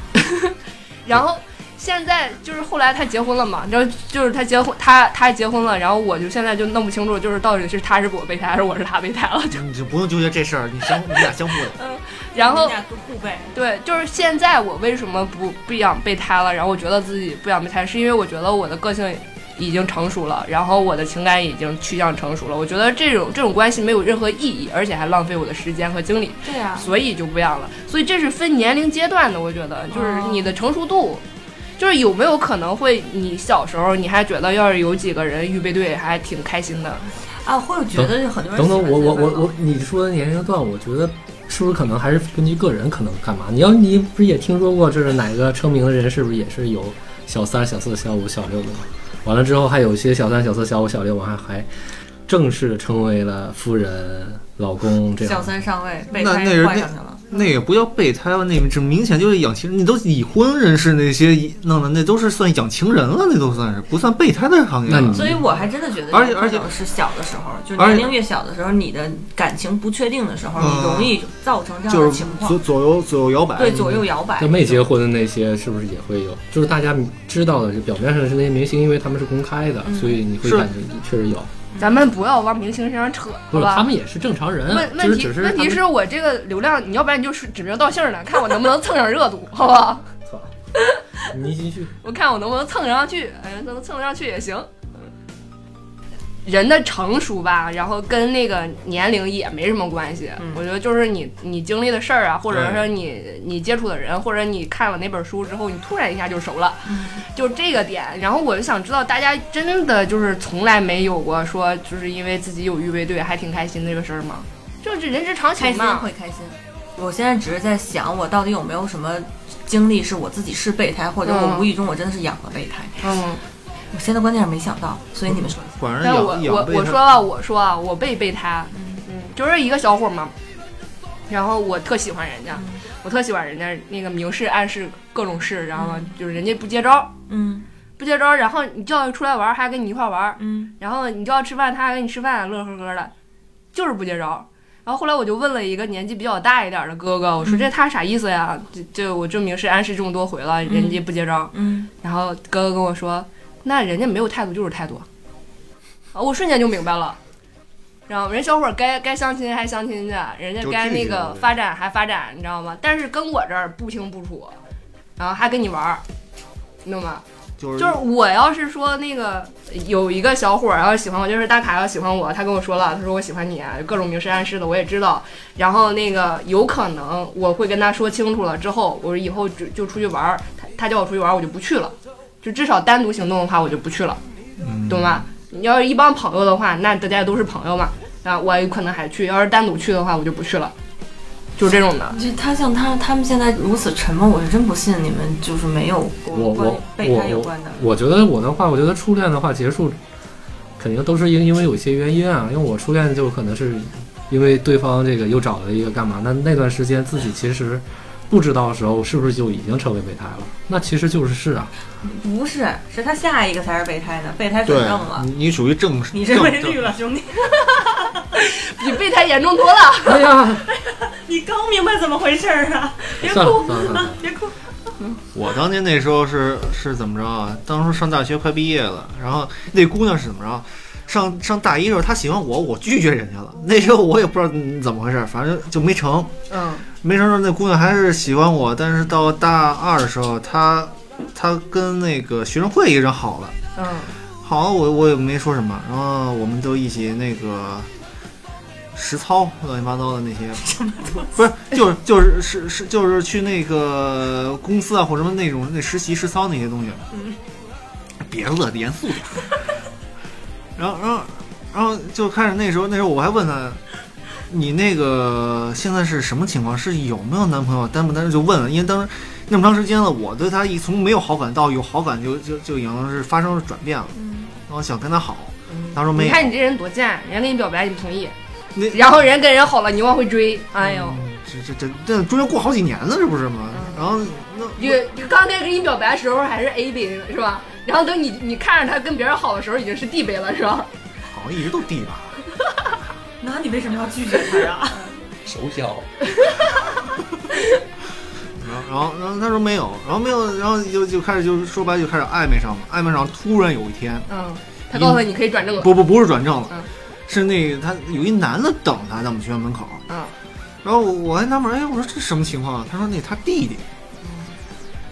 Speaker 2: 然后现在就是后来他结婚了嘛，你知道，就是他结婚，他他结婚了，然后我就现在就弄不清楚，就是到底是他是我备胎还是我是他备胎了。 就
Speaker 3: 你就不用纠结这事儿，你相你俩相互的。
Speaker 2: 然后
Speaker 5: 你们俩都互背，
Speaker 2: 对，就是现在我为什么不不想备胎了？然后我觉得自己不想备胎，是因为我觉得我的个性已经成熟了，然后我的情感已经趋向成熟了。我觉得这种这种关系没有任何意义，而且还浪费我的时间和精力，
Speaker 5: 对啊，
Speaker 2: 所以就不要了。所以这是分年龄阶段的，我觉得就是
Speaker 5: 哦
Speaker 2: 你的成熟度。就是有没有可能会，你小时候你还觉得要是有几个人预备队还挺开心的，
Speaker 7: 嗯
Speaker 5: 啊，会有觉得很多人
Speaker 7: 等等，我我我
Speaker 5: 我
Speaker 7: 我，你说的年龄段，我觉得是不是可能还是根据个人可能干嘛？你要你不是也听说过，就是哪个成名的人是不是也是有小三、小四、小五、小六的嘛？完了之后，还有一些小三、小四、小五、小六，完还还正式成为了夫人、老公这
Speaker 5: 小
Speaker 7: 样。
Speaker 5: 三上位备
Speaker 3: 那
Speaker 5: 胎
Speaker 3: 那人
Speaker 5: 换
Speaker 3: 那
Speaker 5: 上去了，
Speaker 3: 那也不叫备胎了，那这明显就是养情，你都已婚人士那些弄的，那都是算养情人了，那都算是不算备胎的行业
Speaker 7: 那
Speaker 3: 了
Speaker 7: 你。
Speaker 5: 所以我还真的觉得，
Speaker 3: 而且而且
Speaker 5: 是小的时候，就
Speaker 3: 而且
Speaker 5: 年龄越小的时候，你的感情不确定的时候，
Speaker 3: 嗯
Speaker 5: 你容易造成这样
Speaker 3: 就
Speaker 5: 的
Speaker 3: 是
Speaker 5: 情
Speaker 3: 左
Speaker 5: 况，
Speaker 3: 左右左右摇摆，
Speaker 5: 对左右摇摆。
Speaker 7: 就没结婚的那些是不是也会有？就是大家知道的，就表面上是那些明星，因为他们是公开的，
Speaker 5: 嗯
Speaker 7: 所以你会
Speaker 3: 是
Speaker 7: 感觉确实有。
Speaker 2: 咱们不要往明星身上扯，
Speaker 7: 不
Speaker 2: 好
Speaker 7: 是，
Speaker 2: 吧？
Speaker 7: 他们也是正常人，
Speaker 2: 问
Speaker 7: 只
Speaker 2: 问
Speaker 7: 是
Speaker 2: 题
Speaker 7: 只是
Speaker 2: 问
Speaker 7: 他
Speaker 2: 题
Speaker 7: 们
Speaker 2: 是我这个流量，你要不然你就是指名道姓的，看我能不能蹭上热度，好不好？
Speaker 7: 操，你继续。
Speaker 2: 我看我能不能蹭得上去，哎，能蹭得上去也行。人的成熟吧，然后跟那个年龄也没什么关系。
Speaker 5: 嗯
Speaker 2: 我觉得就是你你经历的事儿啊，或者说你你接触的人，或者你看了哪本书之后，你突然一下就熟了，就这个点。然后我就想知道，大家真的就是从来没有过说，就是因为自己有预备队还挺开心这个事儿吗？就是人之常情
Speaker 5: 开心
Speaker 2: 嘛。
Speaker 5: 会开心。我现在只是在想，我到底有没有什么经历是我自己是备胎，或者我
Speaker 2: 嗯
Speaker 5: 无意中我真的是养了备胎。
Speaker 2: 嗯，
Speaker 5: 我现在关键是没想到，所以你们说，
Speaker 3: 管人
Speaker 2: 但我
Speaker 3: 养
Speaker 2: 我
Speaker 3: 养备
Speaker 2: 我
Speaker 3: 胎
Speaker 2: 说了，我说啊，我被备胎，
Speaker 5: 嗯
Speaker 2: 嗯，就是一个小伙嘛，然后我特喜欢人家，
Speaker 5: 嗯
Speaker 2: 我特喜欢人家那个明示暗示各种事，然后
Speaker 5: 嗯
Speaker 2: 就是人家不接招，
Speaker 5: 嗯
Speaker 2: 不接招，然后你叫他出来玩儿，还跟你一块儿玩儿，
Speaker 5: 嗯，
Speaker 2: 然后你叫他吃饭，他还跟你吃饭，乐呵呵的，就是不接招。然后后来我就问了一个年纪比较大一点的哥哥，我说
Speaker 5: 嗯
Speaker 2: 这他啥意思呀？这这我这明示暗示这么多回了，人家不接招。
Speaker 5: 嗯，
Speaker 2: 然后哥哥跟我说，那人家没有态度就是态度，啊，我瞬间就明白了。然后人小伙儿该该相亲还相亲去，人家
Speaker 3: 就
Speaker 2: 该
Speaker 3: 拒
Speaker 2: 那
Speaker 3: 绝
Speaker 2: 个
Speaker 3: 了
Speaker 2: 发展还发展，你知道吗？但是跟我这儿不清不楚，然后还跟你玩儿，你懂吗？
Speaker 3: 就是
Speaker 2: 就是我要是说那个有一个小伙儿要喜欢我，就是大卡要喜欢我，他跟我说了，他说我喜欢你，啊各种明示暗示的我也知道。然后那个有可能我会跟他说清楚了之后，我以后就就出去玩儿，他他叫我出去玩儿，我就不去了，就至少单独行动的话我就不去了，
Speaker 3: 嗯
Speaker 2: 懂吗？你要是一帮朋友的话，那大家都是朋友嘛，啊，我有可能还去；要是单独去的话，我就不去了，就这种的。
Speaker 5: 就他像他他们现在如此沉默，我是真不信你们就是没有过
Speaker 7: 我
Speaker 5: 关于
Speaker 7: 我
Speaker 5: 备胎有关的。
Speaker 7: 我觉得我的话，我觉得初恋的话结束，肯定都是因因为有一些原因啊。因为我初恋就可能是因为对方这个又找了一个干嘛？那那段时间自己其实不知道的时候，是不是就已经成为备胎了？那其实就是是啊，
Speaker 5: 不是，是他下一个才是备胎呢，备胎转
Speaker 3: 对
Speaker 5: 正了，
Speaker 3: 你你属于正
Speaker 5: 你这
Speaker 3: 正
Speaker 5: 被
Speaker 3: 正
Speaker 5: 绿了，兄弟，
Speaker 2: 比备胎严重多了。
Speaker 7: 哎呀，
Speaker 5: 你刚明白怎么回事儿 啊？别
Speaker 7: 算了
Speaker 5: 哭
Speaker 7: 算了算了，
Speaker 5: 别哭，
Speaker 3: 我当年那时候是是怎么着啊？当时上大学快毕业了，然后那姑娘是怎么着？上上大一的时候她喜欢我，我拒绝人家了。那时候我也不知道嗯怎么回事，反正就没成。
Speaker 2: 嗯，
Speaker 3: 没成那姑娘还是喜欢我，但是到大二的时候，她她跟那个学生会一个人好了，
Speaker 2: 嗯，
Speaker 3: 好了我我也没说什么，然后我们都一起那个实操乱七八糟的那些，不是就是就是是是就是去那个公司啊或者什么那种那实习实操那些东西，别乐得严肃点儿，然后然后然后就开始那时候那时候我还问他。你那个现在是什么情况？是有没有男朋友？单不单就问了，因为当时那么长时间了，我对他一从没有好感到有好感就，就就已经是发生了转变了。然后想跟他好，他说没
Speaker 2: 你
Speaker 3: 有。
Speaker 2: 看你这人多贱，人家给你表白你不同意，
Speaker 3: 那嗯
Speaker 2: 然后人跟人好了，你往回追，哎呦，
Speaker 3: 这这这这中间过好几年呢，这不是吗？然后那
Speaker 2: 你你刚开始跟你表白的时候还是 A 杯是吧？然后等你你看着他跟别人好的时候已经是 D 杯了是吧？
Speaker 3: 好像一直都低吧。
Speaker 5: 那 你为什么要拒绝他呀？
Speaker 4: 手脚
Speaker 3: 然后然后然后他说没有，然后没有，然后就就开始就是说白了就开始暧昧上了，暧昧上突然有一天，
Speaker 2: 嗯，他告诉他你可以转正了，
Speaker 3: 不不不是转正了，
Speaker 2: 嗯
Speaker 3: 是那个他有一男的等他在我们学校门口，
Speaker 2: 嗯
Speaker 3: 然后我我还纳闷，哎，我说这什么情况啊？他说那他弟弟，
Speaker 2: 嗯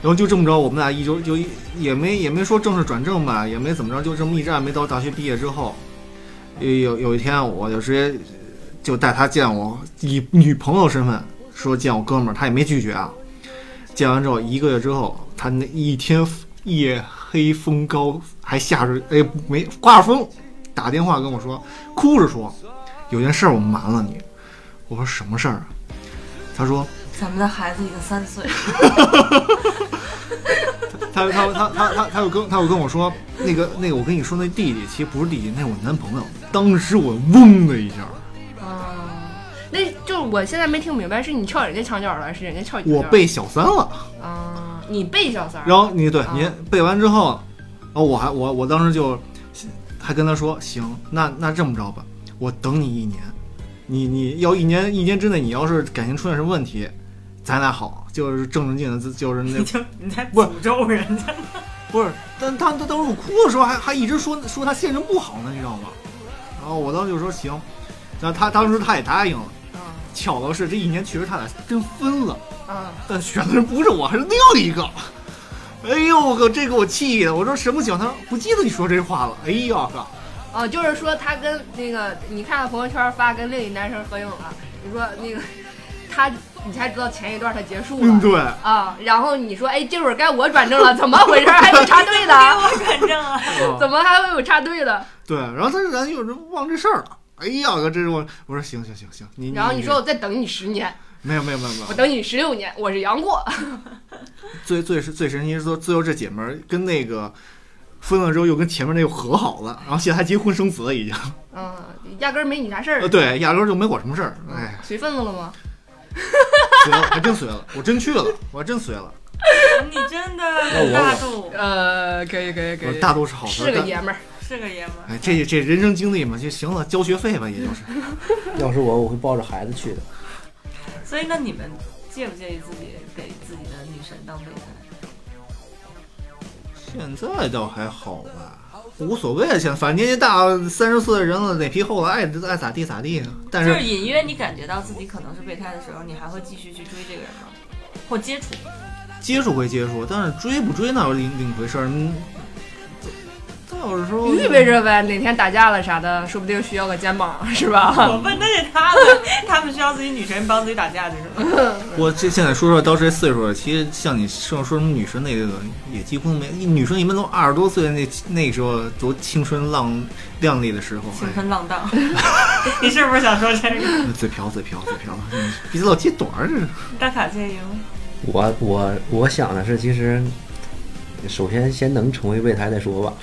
Speaker 3: 然后就这么着，我们俩一周就一也没也没说正式转正吧，也没怎么着，就这么一直暧昧到大学毕业之后，有有有一天我就直接就带他见我以女朋友身份说见我哥们儿，他也没拒绝啊。见完之后一个月之后，他那一天夜黑风高还下着哎没刮着风，打电话跟我说，哭着说有件事儿我瞒了你。我说什么事儿啊？他说
Speaker 5: 咱们的孩子已经三岁，
Speaker 3: 他他他他他他又跟他又跟我说，那个那个我跟你说那弟弟其实不是弟弟，那是我男朋友。当时我嗡的一下，
Speaker 2: 啊，那就是我现在没听明白，是你撬人家墙角了，还是人家撬你墙角
Speaker 3: 我
Speaker 2: 了？
Speaker 3: 背小三了。
Speaker 2: 啊，你背小三儿，
Speaker 3: 然后你对
Speaker 2: 啊
Speaker 3: 您背完之后，哦，我还我我当时就还跟他说，行，那那这么着吧，我等你一年，你你要一年一年之内，你要是感情出现什么问题，咱俩好，就是正正经经的，就是那
Speaker 5: 你就你在
Speaker 3: 不是
Speaker 5: 诅咒人家。
Speaker 3: 不是，但他他当时我哭的时候还还一直说说他现任不好呢，你知道吗？然后我当时就说行，然后他当时他也答应了。
Speaker 2: 啊
Speaker 3: 巧的是，这一年确实他俩真分了，
Speaker 2: 啊，
Speaker 3: 但选的人不是我，还是另一个。哎呦我靠，这给我气的！我说什么情况？他说不记得你说这话了。哎呀我靠，
Speaker 2: 哦，就是说他跟那个，你看朋友圈发跟另一男生合影了，你说那个他，你才知道前一段他结束了。
Speaker 3: 嗯对，
Speaker 2: 啊，然后你说，哎，这会儿该我转正了，怎么回事？还有插队 的，
Speaker 5: 我转正啊！
Speaker 2: 怎么还会有插队的？
Speaker 3: 嗯对，然后他说咱有人忘这事儿了。哎呀我靠，这是我我说行行行行，你
Speaker 2: 然后你说我再等你十年，
Speaker 3: 没有没有没有没有
Speaker 2: 我，等你十六年，我是杨过。
Speaker 3: 最最是最神奇是说，最后这姐们儿跟那个分了之后又跟前面那个和好了，然后现在还结婚生子了已 经。
Speaker 2: 嗯，压根儿没你啥事
Speaker 3: 呃，
Speaker 2: 儿。
Speaker 3: 对，压根儿就没我什么事儿。
Speaker 2: 嗯
Speaker 3: 哎，
Speaker 2: 随份子了吗？
Speaker 3: 随了，还真随了，我真去了，我还真随了。
Speaker 5: 你真的大度，
Speaker 2: 呃，可以可以可
Speaker 3: 我
Speaker 2: 以，
Speaker 3: 大多是好事
Speaker 2: 是
Speaker 3: 儿
Speaker 2: 个
Speaker 3: 干。
Speaker 2: 爷们儿。
Speaker 5: 是个爷们儿。
Speaker 3: 哎，这这人生经历嘛，就行了，交学费吧，也就是。
Speaker 4: 要是我，我会抱着孩子去的。
Speaker 5: 所以那你们介不介意自己给自己的女神当备胎？
Speaker 3: 现在倒还好吧，无所谓，现在反正年纪大，三十岁的人了，哪皮厚了，爱爱咋地咋地。啊但
Speaker 5: 就是
Speaker 3: 是
Speaker 5: 隐约你感觉到自己可能是备胎的时候，你还会继续去追这个人吗？或接触？
Speaker 3: 接触归接触，但是追不追那是另另一回事儿。嗯，到时候
Speaker 2: 预备着呗，哪天打架了啥的，说不定需要个肩膀， 是吧？
Speaker 5: 我 问的是他们，他们需要自己女神帮自己打架去是吗？
Speaker 3: 我这现在说说到这岁数了，其实像你说说什么女神那个也几乎没，女生一般都二十多岁那那时候多青春浪靓丽的时候，
Speaker 5: 青春浪荡， 你是不是想说这个？
Speaker 3: 哎，嘴瓢嘴瓢嘴瓢，嗯鼻子老贴短儿似的。
Speaker 5: 大卡介意吗？
Speaker 4: 我我我想的是，其实首先先能成为备胎再说吧。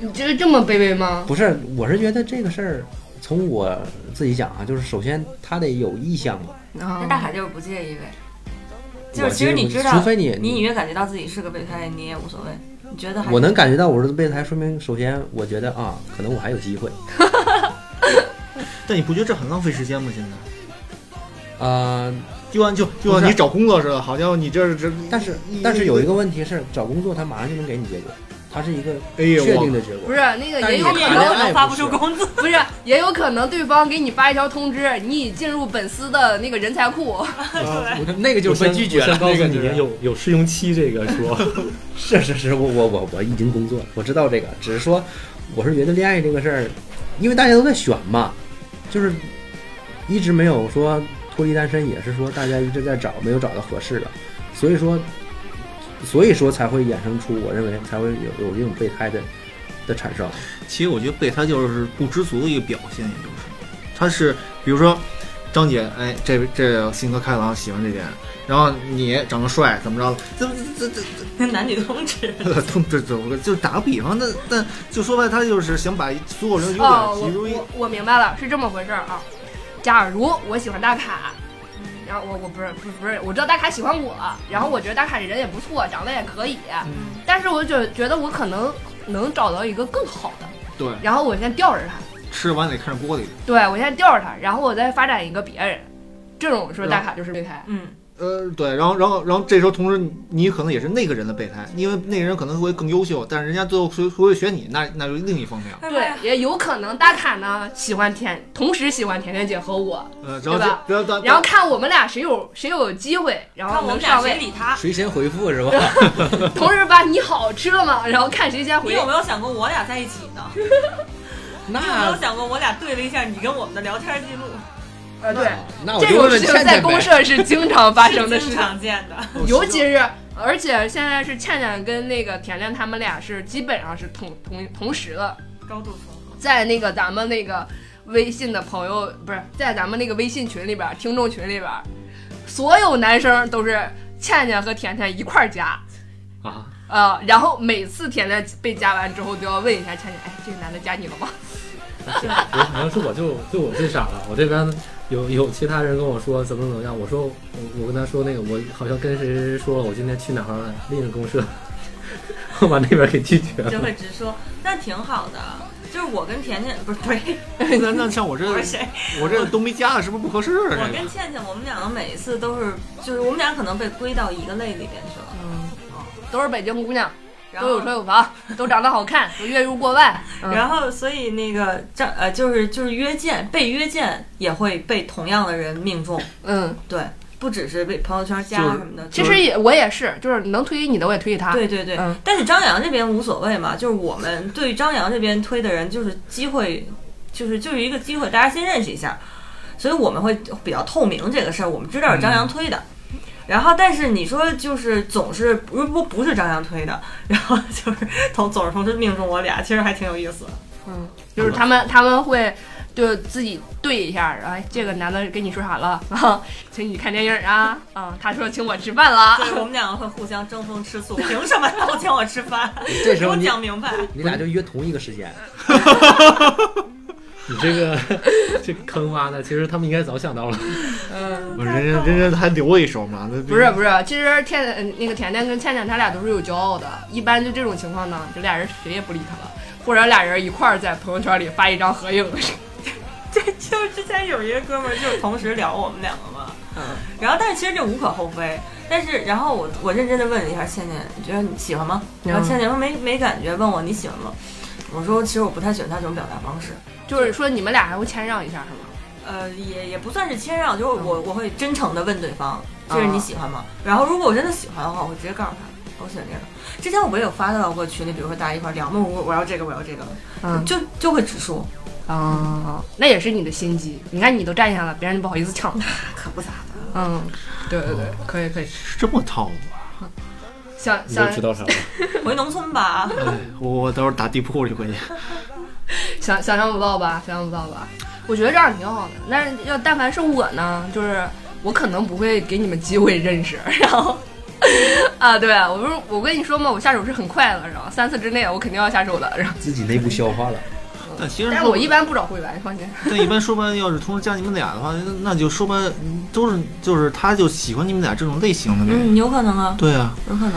Speaker 2: 你这是这么卑微吗？
Speaker 4: 不是，我是觉得这个事儿，从我自己讲啊，就是首先他得有意向嘛。
Speaker 2: 啊
Speaker 5: 那大卡就是不介意呗，就
Speaker 4: 我
Speaker 5: 是其实
Speaker 4: 不
Speaker 5: 你知道，
Speaker 4: 除非你
Speaker 5: 你隐约感觉到自己是个备胎，你也无所谓。你觉得还是
Speaker 4: 我能感觉到我是备胎，说明首先我觉得啊，可能我还有机会。
Speaker 3: 但你不觉得这很浪费时间吗？现在
Speaker 4: 呃，
Speaker 3: 就按就就
Speaker 4: 不
Speaker 3: 按
Speaker 4: 是
Speaker 3: 你找工作似的，好家伙，你这是这，
Speaker 4: 但是但是有一个问题是，找工作他马上就能给你结果，他是一个
Speaker 6: 啊
Speaker 3: 哎呦
Speaker 4: 确定
Speaker 3: 我
Speaker 4: 的结果。
Speaker 2: 不是那个
Speaker 4: 但
Speaker 2: 也
Speaker 4: 是
Speaker 2: 有
Speaker 4: 你
Speaker 2: 可
Speaker 5: 也
Speaker 4: 看
Speaker 5: 有
Speaker 4: 到
Speaker 2: 能，
Speaker 5: 可能发不出工资，
Speaker 2: 不是也有可能对方给你发一条通知，你已进入本司的那个人才库。
Speaker 4: 啊我那个
Speaker 6: 我先我先告诉你，有有试用期这个说，
Speaker 4: 是是是，我我我我已经工作了，我知道这个，只是说我是觉得恋爱这个事儿，因为大家都在选嘛，就是一直没有说脱离单身，也是说大家一直在找，没有找到合适的，所以说所以说才会衍生出我认为才会有有这种备胎的的产生。
Speaker 3: 其实我觉得备胎就是不知足的一个表现，也就是，他是比如说张姐，哎，这这性格开朗，喜欢这点，然后你长得帅，怎么着，这这这
Speaker 5: 男女通吃。
Speaker 3: 对对对，我就打个比方，那那就说白，了，他就是想把所有人优
Speaker 2: 哦，
Speaker 3: 点集中一。
Speaker 2: 我我我明白了，是这么回事儿啊。假如我喜欢大卡，然后我我不是不是不是，我知道大卡喜欢我，然后我觉得大卡这人也不错，长得也可以，
Speaker 3: 嗯，
Speaker 2: 但是我就觉得我可能能找到一个更好的，
Speaker 3: 对，
Speaker 2: 然后我先吊着他，
Speaker 3: 吃完得看着锅里。
Speaker 2: 对我先吊着他，然后我再发展一个别人，这种说大卡就是备胎。
Speaker 5: 嗯，
Speaker 3: 呃，对，然后，然后，然后这时候，同时你你可能也是那个人的备胎，因为那个人可能会更优秀，但是人家最后会会不会选你，那那就另一方面了。
Speaker 2: 对，
Speaker 5: 啊
Speaker 2: 也有可能大卡呢喜欢甜，同时喜欢甜甜姐和我，
Speaker 3: 呃，然后
Speaker 2: 对吧
Speaker 3: 就然后到
Speaker 2: 然后看我们俩谁有谁有机会，然
Speaker 5: 看
Speaker 2: 后
Speaker 5: 我们
Speaker 2: 能
Speaker 5: 俩
Speaker 2: 上
Speaker 5: 谁
Speaker 2: 位。
Speaker 5: 理他？
Speaker 4: 谁先回复是吧？
Speaker 2: 同时把你好吃了吗？然后看谁先
Speaker 5: 你
Speaker 2: 回。
Speaker 5: 有没有想过我俩在一起呢？你有没有
Speaker 4: 那
Speaker 5: 想过我俩对了一下你跟我们的聊天记录？
Speaker 2: 呃，对，
Speaker 4: 那我
Speaker 2: 这
Speaker 4: 就
Speaker 2: 种
Speaker 4: 问
Speaker 2: 事
Speaker 4: 问
Speaker 2: 情
Speaker 4: 倩
Speaker 2: 在
Speaker 4: 倩
Speaker 2: 公
Speaker 4: 呗。
Speaker 2: 社是经常发生的
Speaker 5: 嗯是
Speaker 2: 事
Speaker 5: 经
Speaker 2: 情，
Speaker 5: 常见的。
Speaker 2: 尤其是而且现在是倩倩跟那个甜甜他们俩是基本上是同同同时的，
Speaker 5: 高度重 合，
Speaker 2: 在那个咱们那个微信的朋友不是在咱们那个微信群里边儿、听众群里边儿，所有男生都是倩倩和甜甜一块儿加。
Speaker 7: 啊，
Speaker 2: 呃，然后每次甜甜被加完之后，都要问一下倩倩，哎，这个男的加你了吗？
Speaker 7: 我哎好像是我就就我最傻了，我这边有有其他人跟我说怎么怎么样，我说我我跟他说那个我好像跟谁谁谁说了，我今天去哪儿了，另一个公社， 我把那边给拒绝
Speaker 5: 就
Speaker 7: 了。
Speaker 5: 会直说，那挺好的。就是我跟甜甜不是对，
Speaker 3: 那那像我这
Speaker 5: 我是谁？
Speaker 3: 我这都没加的，是不是不合适啊？
Speaker 5: 我
Speaker 3: 这
Speaker 5: 跟
Speaker 3: 个
Speaker 5: 倩倩，我们两个每一次都是，就是我们俩可能被归到一个类里边去了。
Speaker 2: 嗯，都是北京姑娘，嗯
Speaker 5: 然
Speaker 2: 都有车
Speaker 5: 后，
Speaker 2: 有房，都长得好看，都月入过万。
Speaker 5: 然后，所以那个这呃，就是就是约见，被约见也会被同样的人命中。
Speaker 2: 嗯，
Speaker 5: 对，不只是被朋友圈加
Speaker 3: 就是
Speaker 5: 什么的。
Speaker 2: 其实也我也是，就是能推你的我也推他。
Speaker 5: 对对对，
Speaker 2: 嗯
Speaker 5: 但是张扬这边无所谓嘛，就是我们对于张扬这边推的人，就是机会，就是就是一个机会，大家先认识一下，所以我们会比较透明这个事儿，我们知道是张扬推的。然后，但是你说就是总是不是不不是张扬推的， 然后就是同总是同时命中我俩，其实还挺有意思的。
Speaker 2: 嗯，就是他们他们会就自己对一下，哎，这个男的跟你说啥了 啊？请你看电影啊啊，他说请我吃饭啦。
Speaker 5: 对，我们两个会互相争风吃醋，凭什么他不请我吃饭？
Speaker 4: 这
Speaker 5: 给
Speaker 4: 时
Speaker 5: 我
Speaker 4: 候你
Speaker 5: 讲明白。
Speaker 4: 你俩就约同一个时间，
Speaker 7: 你这个这坑挖的，其实他们应该早想到了。
Speaker 2: 嗯，
Speaker 3: 不是人家人家还留一手嘛？那
Speaker 2: 不是不是，其实倩呃那个甜甜跟倩倩他俩都是有骄傲的，一般就这种情况呢，就俩人谁也不理他了。或者俩人一块儿在朋友圈里发一张合影，
Speaker 5: 对， 就是之前有一个哥们儿，就是同时聊我们两个嘛。嗯。然后，但是其实这无可厚非。但是，然后我我认真的问了一下倩倩，你觉得你喜欢吗？然后倩倩说没没感觉，问我你喜欢吗？我说其实我不太喜欢他这种表达方式。
Speaker 2: 就是说你们俩还会谦让一下是吗？
Speaker 5: 呃，也也不算是谦让，就是我、我会真诚的问对方，就是你喜欢吗？然后如果我真的喜欢的话，我会直接告诉他，我喜欢这个。之前我也有发到过群里，比如说大家一块儿聊嘛，我我要这个，我要这个，
Speaker 2: 嗯
Speaker 5: 就就会直说，
Speaker 2: 啊、那也是你的心机。你看你都占下了，别人就不好意思抢。
Speaker 5: 可不咋的。
Speaker 2: 嗯，对对对，可以可以。
Speaker 3: 是这么套路啊？
Speaker 2: 想
Speaker 7: 你都
Speaker 2: 想
Speaker 7: 知道啥了？
Speaker 5: 回农村吧，
Speaker 3: 哎我我到时候打地铺去回去。
Speaker 2: 想想象不到吧？想象不到吧？我觉得这样挺好的。但是要但凡是我呢，就是我可能不会给你们机会认识， 然后。啊，对啊，我不是我跟你说嘛，我下手是很快的，然后三次之内我肯定要下手的，然后，
Speaker 4: 自己内部消化了。
Speaker 3: 但其实
Speaker 2: 但是我一般不找会员，放心。
Speaker 3: 但一般说白，了，要是同时加你们俩的话，那那就说白了都是就是他就喜欢你们俩这种类型的呗。
Speaker 5: 嗯，有可能啊，
Speaker 3: 对啊，
Speaker 5: 有可能。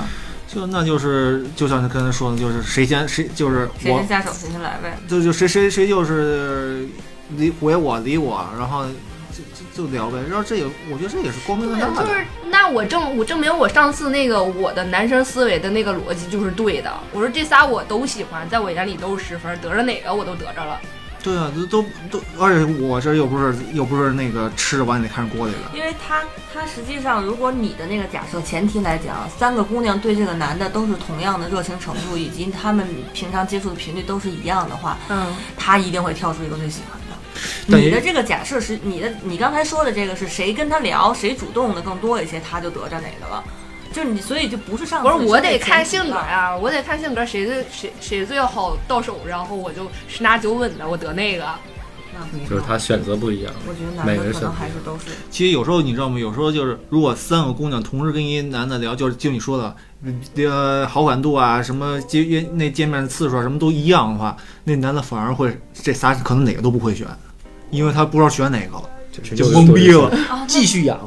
Speaker 3: 就那就是就像他刚才说的，就是谁先谁就是
Speaker 5: 谁
Speaker 3: 我
Speaker 5: 先，下手谁先来呗。
Speaker 3: 就就谁谁谁就是理回我理我，然后就就就聊呗。然后这也我觉得这也是光明正大
Speaker 2: 对，就
Speaker 3: 的
Speaker 2: 是。那我证我证明我上次那个我的男生思维的那个逻辑就是对的。我说这仨我都喜欢，在我眼里都是十分，得着哪个我都得着了。
Speaker 3: 对啊，都都都，而且我这又不是又不是那个吃着碗里看着锅里的。
Speaker 5: 因为他他实际上，如果你的那个假设前提来讲，三个姑娘对这个男的都是同样的热情程度，以及他们平常接触的频率都是一样的话，
Speaker 2: 嗯，
Speaker 5: 他一定会挑出一个最喜欢的。
Speaker 7: 但
Speaker 5: 你
Speaker 7: 也
Speaker 5: 的这个假设是你的，你刚才说的这个是谁跟他聊，谁主动的更多一些，他就得着哪个了。就是你，所以就不是上
Speaker 2: 不
Speaker 5: 次
Speaker 2: 是我得
Speaker 5: 说的
Speaker 2: 看
Speaker 5: 前
Speaker 2: 性
Speaker 5: 提
Speaker 2: 格
Speaker 5: 了。
Speaker 2: 呀、我得看性格谁最谁谁最好到手，然后我就十拿九稳的，我得那个。
Speaker 5: 那不
Speaker 7: 就是他选择不一样。
Speaker 5: 我觉得
Speaker 7: 每
Speaker 5: 男
Speaker 7: 个人
Speaker 5: 的可能
Speaker 7: 选择
Speaker 5: 还是都是
Speaker 3: 其实有时候你知道吗？有时候就是如果三个姑娘同时跟一男的聊，就是就你说的，呃，好感度啊，什么接约那见面的次数啊，什么都一样的话，那男的反而会这仨可能哪个都不会选，因为他不知道选哪个了，
Speaker 7: 这
Speaker 3: 就
Speaker 7: 又
Speaker 3: 懵逼了。
Speaker 2: 哦
Speaker 4: 继续养，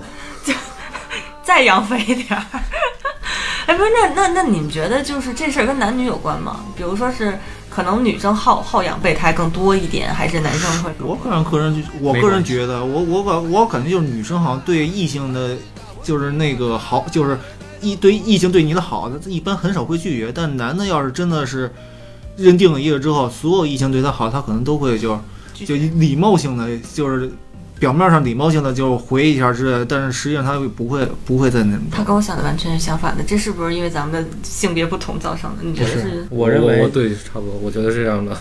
Speaker 5: 再养肥一点儿。 哎，不是，那那那你们觉得就是这事儿跟男女有关吗？比如说是可能女生好好养备胎更多一点，还是男生会更
Speaker 3: 我
Speaker 5: 多？
Speaker 3: 个人个人就我
Speaker 7: 没
Speaker 3: 个人
Speaker 7: 关系
Speaker 3: 觉得，我我感我感觉就是女生好像对异性的就是那个好，就是一对异性对你的好，他一般很少会拒绝。但男的要是真的是认定了一个之后，所有异性对他好，他可能都会就
Speaker 5: 拒
Speaker 3: 就
Speaker 5: 绝
Speaker 3: 礼貌性的，就是表面上礼貌性的就回一下之类的，但是实际上他不会不会再那么
Speaker 5: 他
Speaker 3: 着。
Speaker 5: 跟我想的完全是相反的，这是不是因为咱们的性别不同造成的？你觉得是？
Speaker 4: 我认为
Speaker 7: 我对差不多，我觉得是这 样的。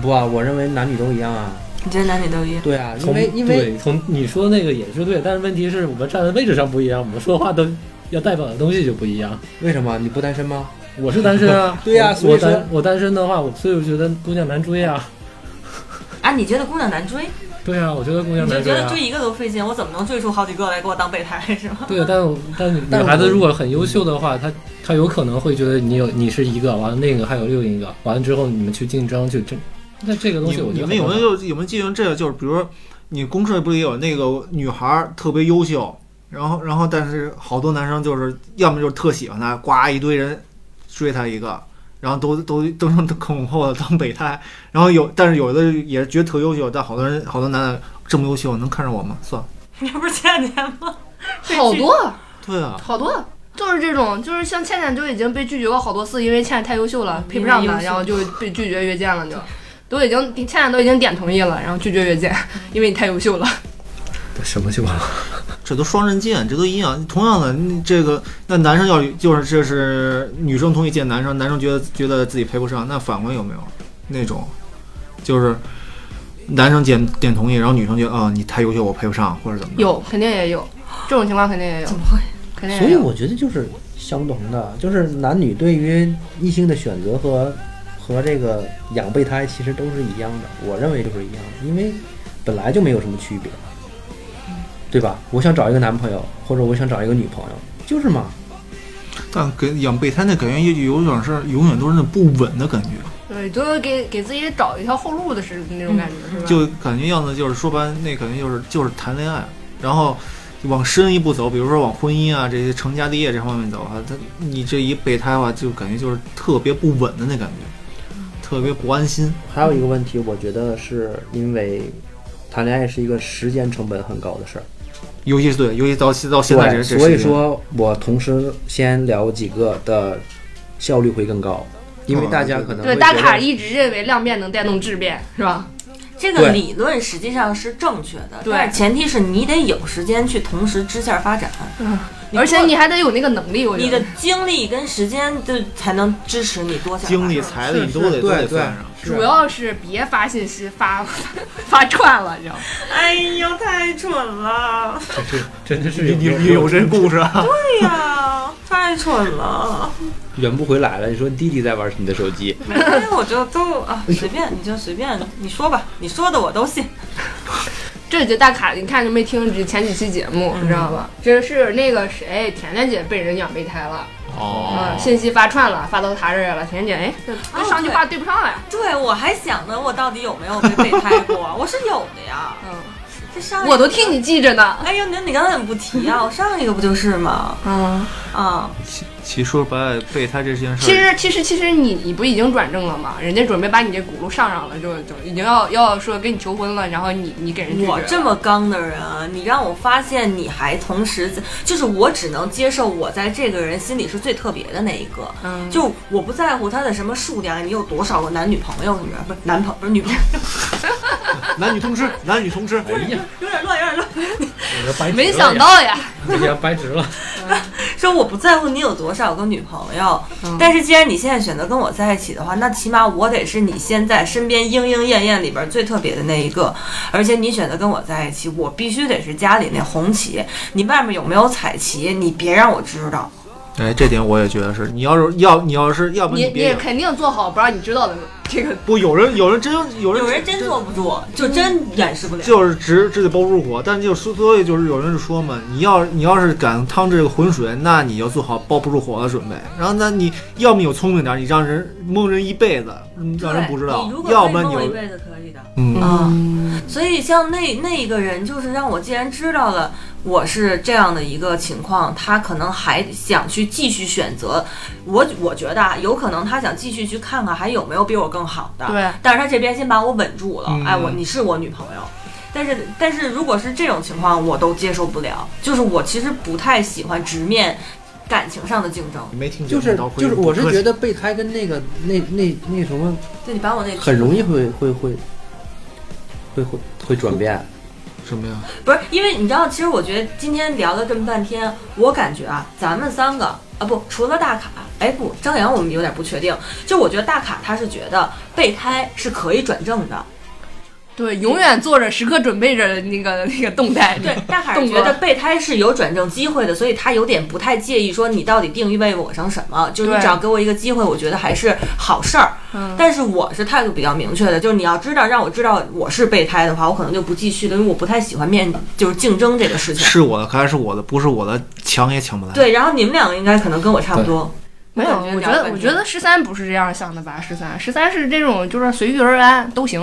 Speaker 4: 不啊，我认为男女都一样啊。
Speaker 5: 你觉得男女都一样？
Speaker 4: 对啊，因
Speaker 7: 从
Speaker 4: 为因为
Speaker 7: 对从你说的那个也是对，但是问题是我们站的位置上不一样，我们说话都要代表的东西就不一样。
Speaker 4: 为什么你不单身吗？，
Speaker 7: 我是单身啊
Speaker 4: 对呀
Speaker 7: 我
Speaker 4: 所以
Speaker 7: 我
Speaker 4: 说
Speaker 7: 单我单身的话，我所以我觉得姑娘难追啊。
Speaker 5: 啊，你觉得姑娘难追？
Speaker 7: 对啊，我觉得姑娘
Speaker 5: 你就
Speaker 7: 难
Speaker 5: 觉得
Speaker 7: 啊
Speaker 5: 追。一个都费劲，我怎么能追出好几个来给我当备胎 是吗？
Speaker 7: 对，但我但女
Speaker 4: 但
Speaker 7: 孩子
Speaker 4: 我
Speaker 7: 如果很优秀的话，她她有可能会觉得你有你是一个，完了那个还有另一个，完了之后你们去竞争去争。那这个东
Speaker 3: 你
Speaker 7: 西我觉
Speaker 3: 你
Speaker 7: 得
Speaker 3: 们有
Speaker 7: 很
Speaker 3: 没
Speaker 7: 麻
Speaker 3: 有有没有进行这个？就是比如说你公社不是也有那个女孩儿特别优秀，然后然后但是好多男生就是要么就是特喜欢她，呱一堆人追她一个，然后都都争争恐后的当备胎，然后有但是有的也是觉得特优秀，但好多人好多男的这么优秀能看上我吗？算了，
Speaker 5: 你不是前两天吗？
Speaker 2: 好多
Speaker 3: 对啊，
Speaker 2: 好多。就是这种，就是像倩倩就已经被拒绝过好多次，因为倩倩太优秀了，配不上
Speaker 5: 因为
Speaker 2: 她，
Speaker 5: 优
Speaker 2: 然
Speaker 5: 秀
Speaker 2: 后就被拒绝约见了就，都已经倩倩都已经点同意了，然后拒绝约见， 因为你太优秀了。
Speaker 7: 烦什么情况？
Speaker 3: 这都双刃剑，这都一样。同样的，你这个那男生要就是这是女生同意见男生，男生觉得觉得自己配不上，那反过来有没有那种，就是男生点点同意，然后女生觉得啊、你太优秀，我配不上，或者怎么着？
Speaker 2: 有，肯定也有这种情况，肯定也有
Speaker 5: 怎，么会？
Speaker 2: 肯定
Speaker 4: 所
Speaker 2: 也
Speaker 4: 以
Speaker 2: 有。
Speaker 4: 我觉得就是相同的，就是男女对于异性的选择和和这个养备胎其实都是一样的，我认为就是一样的，因为本来就没有什么区别，对吧？我想找一个男朋友，或者我想找一个女朋友，就是嘛。
Speaker 3: 但给养备胎那感觉有点是永远都是那不稳的感觉，
Speaker 2: 对，就是给给自己找一条后路的是那种感觉，是
Speaker 5: 嗯
Speaker 2: 吧？
Speaker 3: 就感觉样子就是说白了，那肯定就是就是谈恋爱，然后往深一步走，比如说往婚姻啊这些成家立业这方面走啊，他你这一备胎的话，就感觉就是特别不稳的那感觉，特别不安心。
Speaker 4: 还有一个问题，我觉得是因为谈恋爱是一个时间成本很高的事儿，
Speaker 3: 尤其是对，尤其到现到现在这
Speaker 4: 对，
Speaker 3: 这
Speaker 4: 所以
Speaker 3: 时间
Speaker 4: 说我同时先聊几个的效率会更高，因为
Speaker 3: 嗯
Speaker 4: 大家
Speaker 3: 对
Speaker 4: 可能
Speaker 2: 对，
Speaker 4: 会
Speaker 2: 大
Speaker 4: 觉得
Speaker 2: 卡一直认为量变能带动质变，是吧？
Speaker 5: 这
Speaker 4: 对
Speaker 5: 个理论实际上是正确的，
Speaker 2: 对
Speaker 5: 但是前提是你得有时间去同时支线发展，
Speaker 2: 而且
Speaker 5: 过
Speaker 2: 你还得有那个能力，我觉
Speaker 5: 你
Speaker 2: 得
Speaker 5: 的。精力跟时间就才能支持你多想
Speaker 3: 精力、
Speaker 5: 发展
Speaker 3: 财力你都
Speaker 4: 是
Speaker 3: 得
Speaker 4: 是
Speaker 3: 都得
Speaker 4: 对对
Speaker 3: 算上。
Speaker 2: 主要是别发信息发 发串了，你知道吗？
Speaker 5: 哎呦，太蠢了！
Speaker 7: 真的是
Speaker 3: 你你有这故事啊？
Speaker 5: 对呀，太蠢了！
Speaker 4: 圆不回来了。你说弟弟在玩你的手机，
Speaker 5: 没事，我就都啊，随便你就随便你说吧，你说的我都信。
Speaker 2: 这节大卡，你看就没听前几期节目，
Speaker 5: 嗯
Speaker 2: 你知道吧？这是那个谁，甜甜姐被人养备胎了，
Speaker 3: 哦
Speaker 2: 嗯，信息发串了，发到她这儿了。甜甜姐，哎，这跟上句话对不上了呀。
Speaker 5: 对，我还想呢，我到底有没有被备胎过？啊我是有的呀。
Speaker 2: 嗯，
Speaker 5: 这上一
Speaker 2: 我都替。你记着呢。
Speaker 5: 哎呦，那你刚才怎么不提啊？我上一个不就是吗？
Speaker 2: 嗯，
Speaker 5: 啊，
Speaker 3: 其其实说白了，备胎这件
Speaker 2: 其
Speaker 3: 事儿，
Speaker 2: 实其实其实你你不已经转正了吗？人家准备把你这轱辘上上了，就就已经要要说跟你求婚了，然后你你给人拒绝了。
Speaker 5: 我这么刚的人，你让我发现你还同时在，就是我只能接受我在这个人心里是最特别的那一个。
Speaker 2: 嗯
Speaker 5: 就我不在乎他的什么数量，你有多少个男女朋友什么的，不是男朋不是女朋友，
Speaker 3: 男女通吃，男女通吃。
Speaker 7: 哎呀，
Speaker 5: 有点乱，有点乱。
Speaker 7: 我这白
Speaker 2: 没
Speaker 7: 直了
Speaker 3: 啊
Speaker 2: 想
Speaker 7: 呀，
Speaker 2: 到呀，
Speaker 7: 哎呀，白直了。
Speaker 5: 说我不在乎你有多少个女朋友，
Speaker 2: 嗯
Speaker 5: 但是既然你现在选择跟我在一起的话，那起码我得是你现在身边莺莺燕燕里边最特别的那一个。而且你选择跟我在一起，我必须得是家里那红旗，你外面有没有彩旗，你别让我知道。
Speaker 3: 哎，这点我也觉得是，你要是要你要是要不
Speaker 2: 你你
Speaker 3: 别啊
Speaker 2: 也
Speaker 3: 养
Speaker 2: 肯定做好不让你知道的这个。
Speaker 3: 不有人有人真有人
Speaker 5: 有人真坐不住，就真掩饰不了。
Speaker 3: 就是只只得包入火，但就说所以就是有人就说嘛，你要你要是敢趟这个浑水，那你要做好包不入火的准备。然后那你要么有聪明点儿，你让人蒙人一辈子，嗯让人不知道
Speaker 5: 你如；果
Speaker 3: 要不然你
Speaker 5: 我一
Speaker 3: 有
Speaker 5: 辈子可以的。
Speaker 3: 嗯，
Speaker 5: 嗯所以像那那一个人，就是让我既然知道了我是这样的一个情况，他可能还想去继续选择。我我觉得啊，有可能他想继续去看看还有没有比我更好的。
Speaker 2: 对，
Speaker 5: 但是他这边先把我稳住了，
Speaker 3: 嗯
Speaker 5: 哎，我你是我女朋友。但是，但是如果是这种情况，我都接受不了。就是我其实不太喜欢直面感情上的竞争。
Speaker 6: 没听
Speaker 4: 就是就是，我是觉
Speaker 6: 得
Speaker 4: 得备胎跟那个那那那什么，
Speaker 5: 对你把我那
Speaker 4: 很容易会会会会会会转变。
Speaker 3: 什么呀？
Speaker 5: 不是，因为你知道，其实我觉得今天聊了这么半天，我感觉啊，咱们三个啊不，除了大卡，哎不，张扬我们有点不确定。就我觉得大卡他是觉得备胎是可以转正的，
Speaker 2: 对，永远坐着，时刻准备着那个那个动态。
Speaker 5: 对，大卡是
Speaker 2: 动
Speaker 5: 觉得
Speaker 2: 作
Speaker 5: 嗯备胎是有转正机会的，所以他有点不太介意说你到底定位我成什么，就是你
Speaker 2: 对
Speaker 5: 只要给我一个机会，我觉得还是好事儿。
Speaker 2: 嗯，
Speaker 5: 但是我是态度比较明确的，就是你要知道让我知道我是备胎的话，我可能就不继续了，因为我不太喜欢面就是竞争这个事情。
Speaker 3: 是我的还是我的？不是我的，抢也抢不来。
Speaker 5: 对，然后你们两个应该可能跟我差不多。
Speaker 2: 没有，我觉得我觉得十三不是这样想的吧？十三，十三是这种就是随遇而安都行。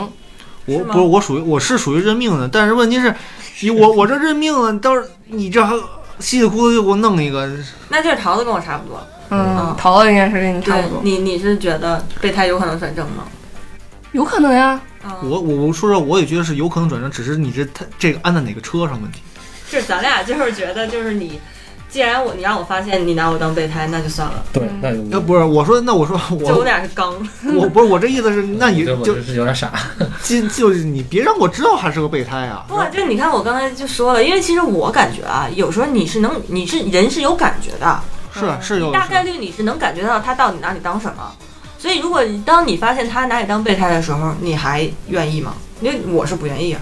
Speaker 3: 我
Speaker 5: 是吗
Speaker 3: 不是我属于我是属于认命的，但是问题是，你我我这认命了，你到时候你这还稀里糊涂就给我弄一个，
Speaker 5: 那就是桃子跟我差不多。
Speaker 2: 嗯
Speaker 5: 嗯，
Speaker 2: 桃子应该是跟你差不
Speaker 5: 对
Speaker 2: 多，
Speaker 5: 你你是觉得备胎有可能转正吗？
Speaker 2: 有可能呀。
Speaker 5: 嗯，
Speaker 3: 我我我说实话，我也觉得是有可能转正，只是你这他这个安在哪个车上问题。
Speaker 5: 就是咱俩就是觉得就是你，既然我你让我发现你拿我当备胎，那就算了。
Speaker 7: 对，那
Speaker 3: 要
Speaker 7: 我
Speaker 3: 呃不是我说那我说
Speaker 5: 就我
Speaker 3: 我
Speaker 5: 俩是刚，
Speaker 3: 我不是我这意思是， 那你
Speaker 7: 我觉得我
Speaker 3: 就
Speaker 7: 这是有点傻。
Speaker 3: 就就是你别让我知道还是个备胎啊。
Speaker 5: 不，就你看我刚才就说了，因为其实我感觉啊，有时候你是能，你是人是有感觉的，
Speaker 3: 是是有
Speaker 5: 嗯大概率你是能感觉到他到底拿你当什么。所以，如果你当你发现他拿你当备胎的时候，你还愿意吗？因为我是不愿意啊。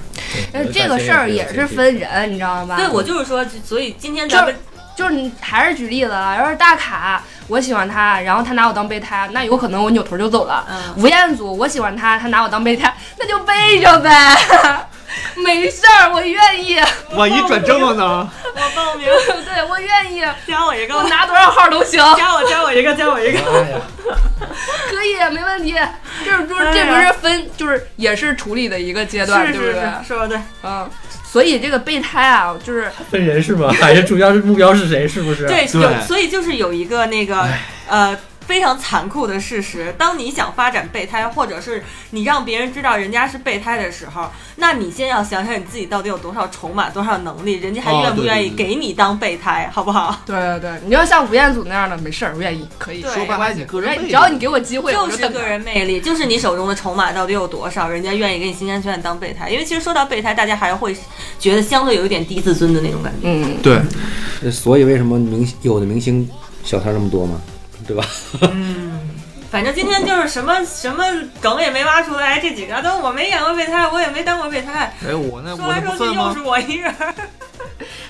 Speaker 2: 但这个事儿也是分人，你知道吧？
Speaker 5: 对，我就是说，所以今天咱们
Speaker 2: 就是你还是举例子啊，要是大卡，我喜欢他，然后他拿我当备胎，那有可能我扭头就走了。
Speaker 5: 嗯，
Speaker 2: 吴彦祖，我喜欢他，他拿我当备胎，那就背着呗， 没事儿，我愿意，
Speaker 3: 万一转正了呢？
Speaker 5: 我报名，
Speaker 2: 对我愿意，
Speaker 5: 加我一
Speaker 2: 我
Speaker 5: 个，
Speaker 2: 拿多少号都行，
Speaker 5: 加我，加我一个，加我一个。
Speaker 7: 哎呀，
Speaker 2: 可以，没问题。就是就是，这不
Speaker 5: 哎
Speaker 2: 是分，就是也是处理的一个阶段，
Speaker 5: 是
Speaker 2: 对
Speaker 5: 是
Speaker 2: 不对
Speaker 5: 是，？说的对。
Speaker 2: 嗯，
Speaker 3: 啊
Speaker 2: 所以这个备胎啊，就是
Speaker 7: 分人是吧？还是主要是目标是谁？是不是？啊
Speaker 5: 对，
Speaker 3: 对
Speaker 5: 有，所以就是有一个那个呃非常残酷的事实：当你想发展备胎，或者是你让别人知道人家是备胎的时候，那你先要想想你自己到底有多少筹码、多少能力，人家还
Speaker 3: 哦
Speaker 5: 愿不
Speaker 3: 对对
Speaker 5: 愿意
Speaker 3: 对对
Speaker 5: 给你当备胎，好不好？
Speaker 2: 对对对，你要像吴彦祖那样的，没事儿，我愿意，可以。
Speaker 5: 对
Speaker 3: 说白了你个人
Speaker 2: 哎
Speaker 3: 魅力
Speaker 2: 只要你给我机会，我
Speaker 5: 就
Speaker 2: 就是等
Speaker 5: 个
Speaker 2: 着。
Speaker 5: 人魅力，就是你手中的筹码到底有多少，人家愿意给你心甘情愿当备胎。因为其实说到备胎，大家还会觉得相对有一点低自尊的那种感觉。
Speaker 2: 嗯，
Speaker 3: 对，
Speaker 4: 所以为什么明星有的明星小三儿那么多嘛，对吧？
Speaker 5: 反正今天就是什么什么梗也没挖出来，这几个都我没演过备胎，我也没当过备胎。
Speaker 3: 哎，我那
Speaker 5: 说
Speaker 3: 我
Speaker 5: 来
Speaker 3: 那不
Speaker 5: 说去
Speaker 3: 算
Speaker 5: 又
Speaker 3: 吗
Speaker 5: 是？我一人。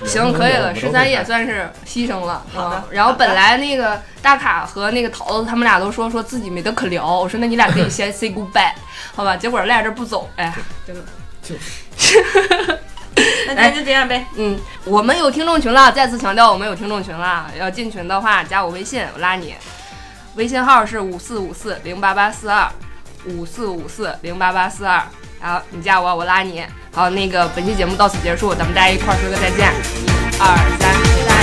Speaker 2: 行，可以
Speaker 7: 我
Speaker 5: 嗯
Speaker 2: 了。
Speaker 7: 们
Speaker 2: 十
Speaker 7: 都
Speaker 2: 三
Speaker 7: 备
Speaker 2: 也
Speaker 7: 胎
Speaker 2: 算是牺牲了。
Speaker 5: 好的
Speaker 2: 嗯然后本来那个大卡和那个桃子他们俩都说说自己没得可聊，我说那你俩可以先 say goodbye，好吧？结果人俩这不走，哎，
Speaker 5: 那今天就这样呗。
Speaker 2: 嗯，我们有听众群了，再次强调我们有听众群了。要进群的话，加我微信，我拉你。微信号是五四五四零八八四二，五四五四零八八四二。然后你加我，我拉你。好，那个本期节目到此结束，咱们大家一块儿说个再见，一二三，拜拜。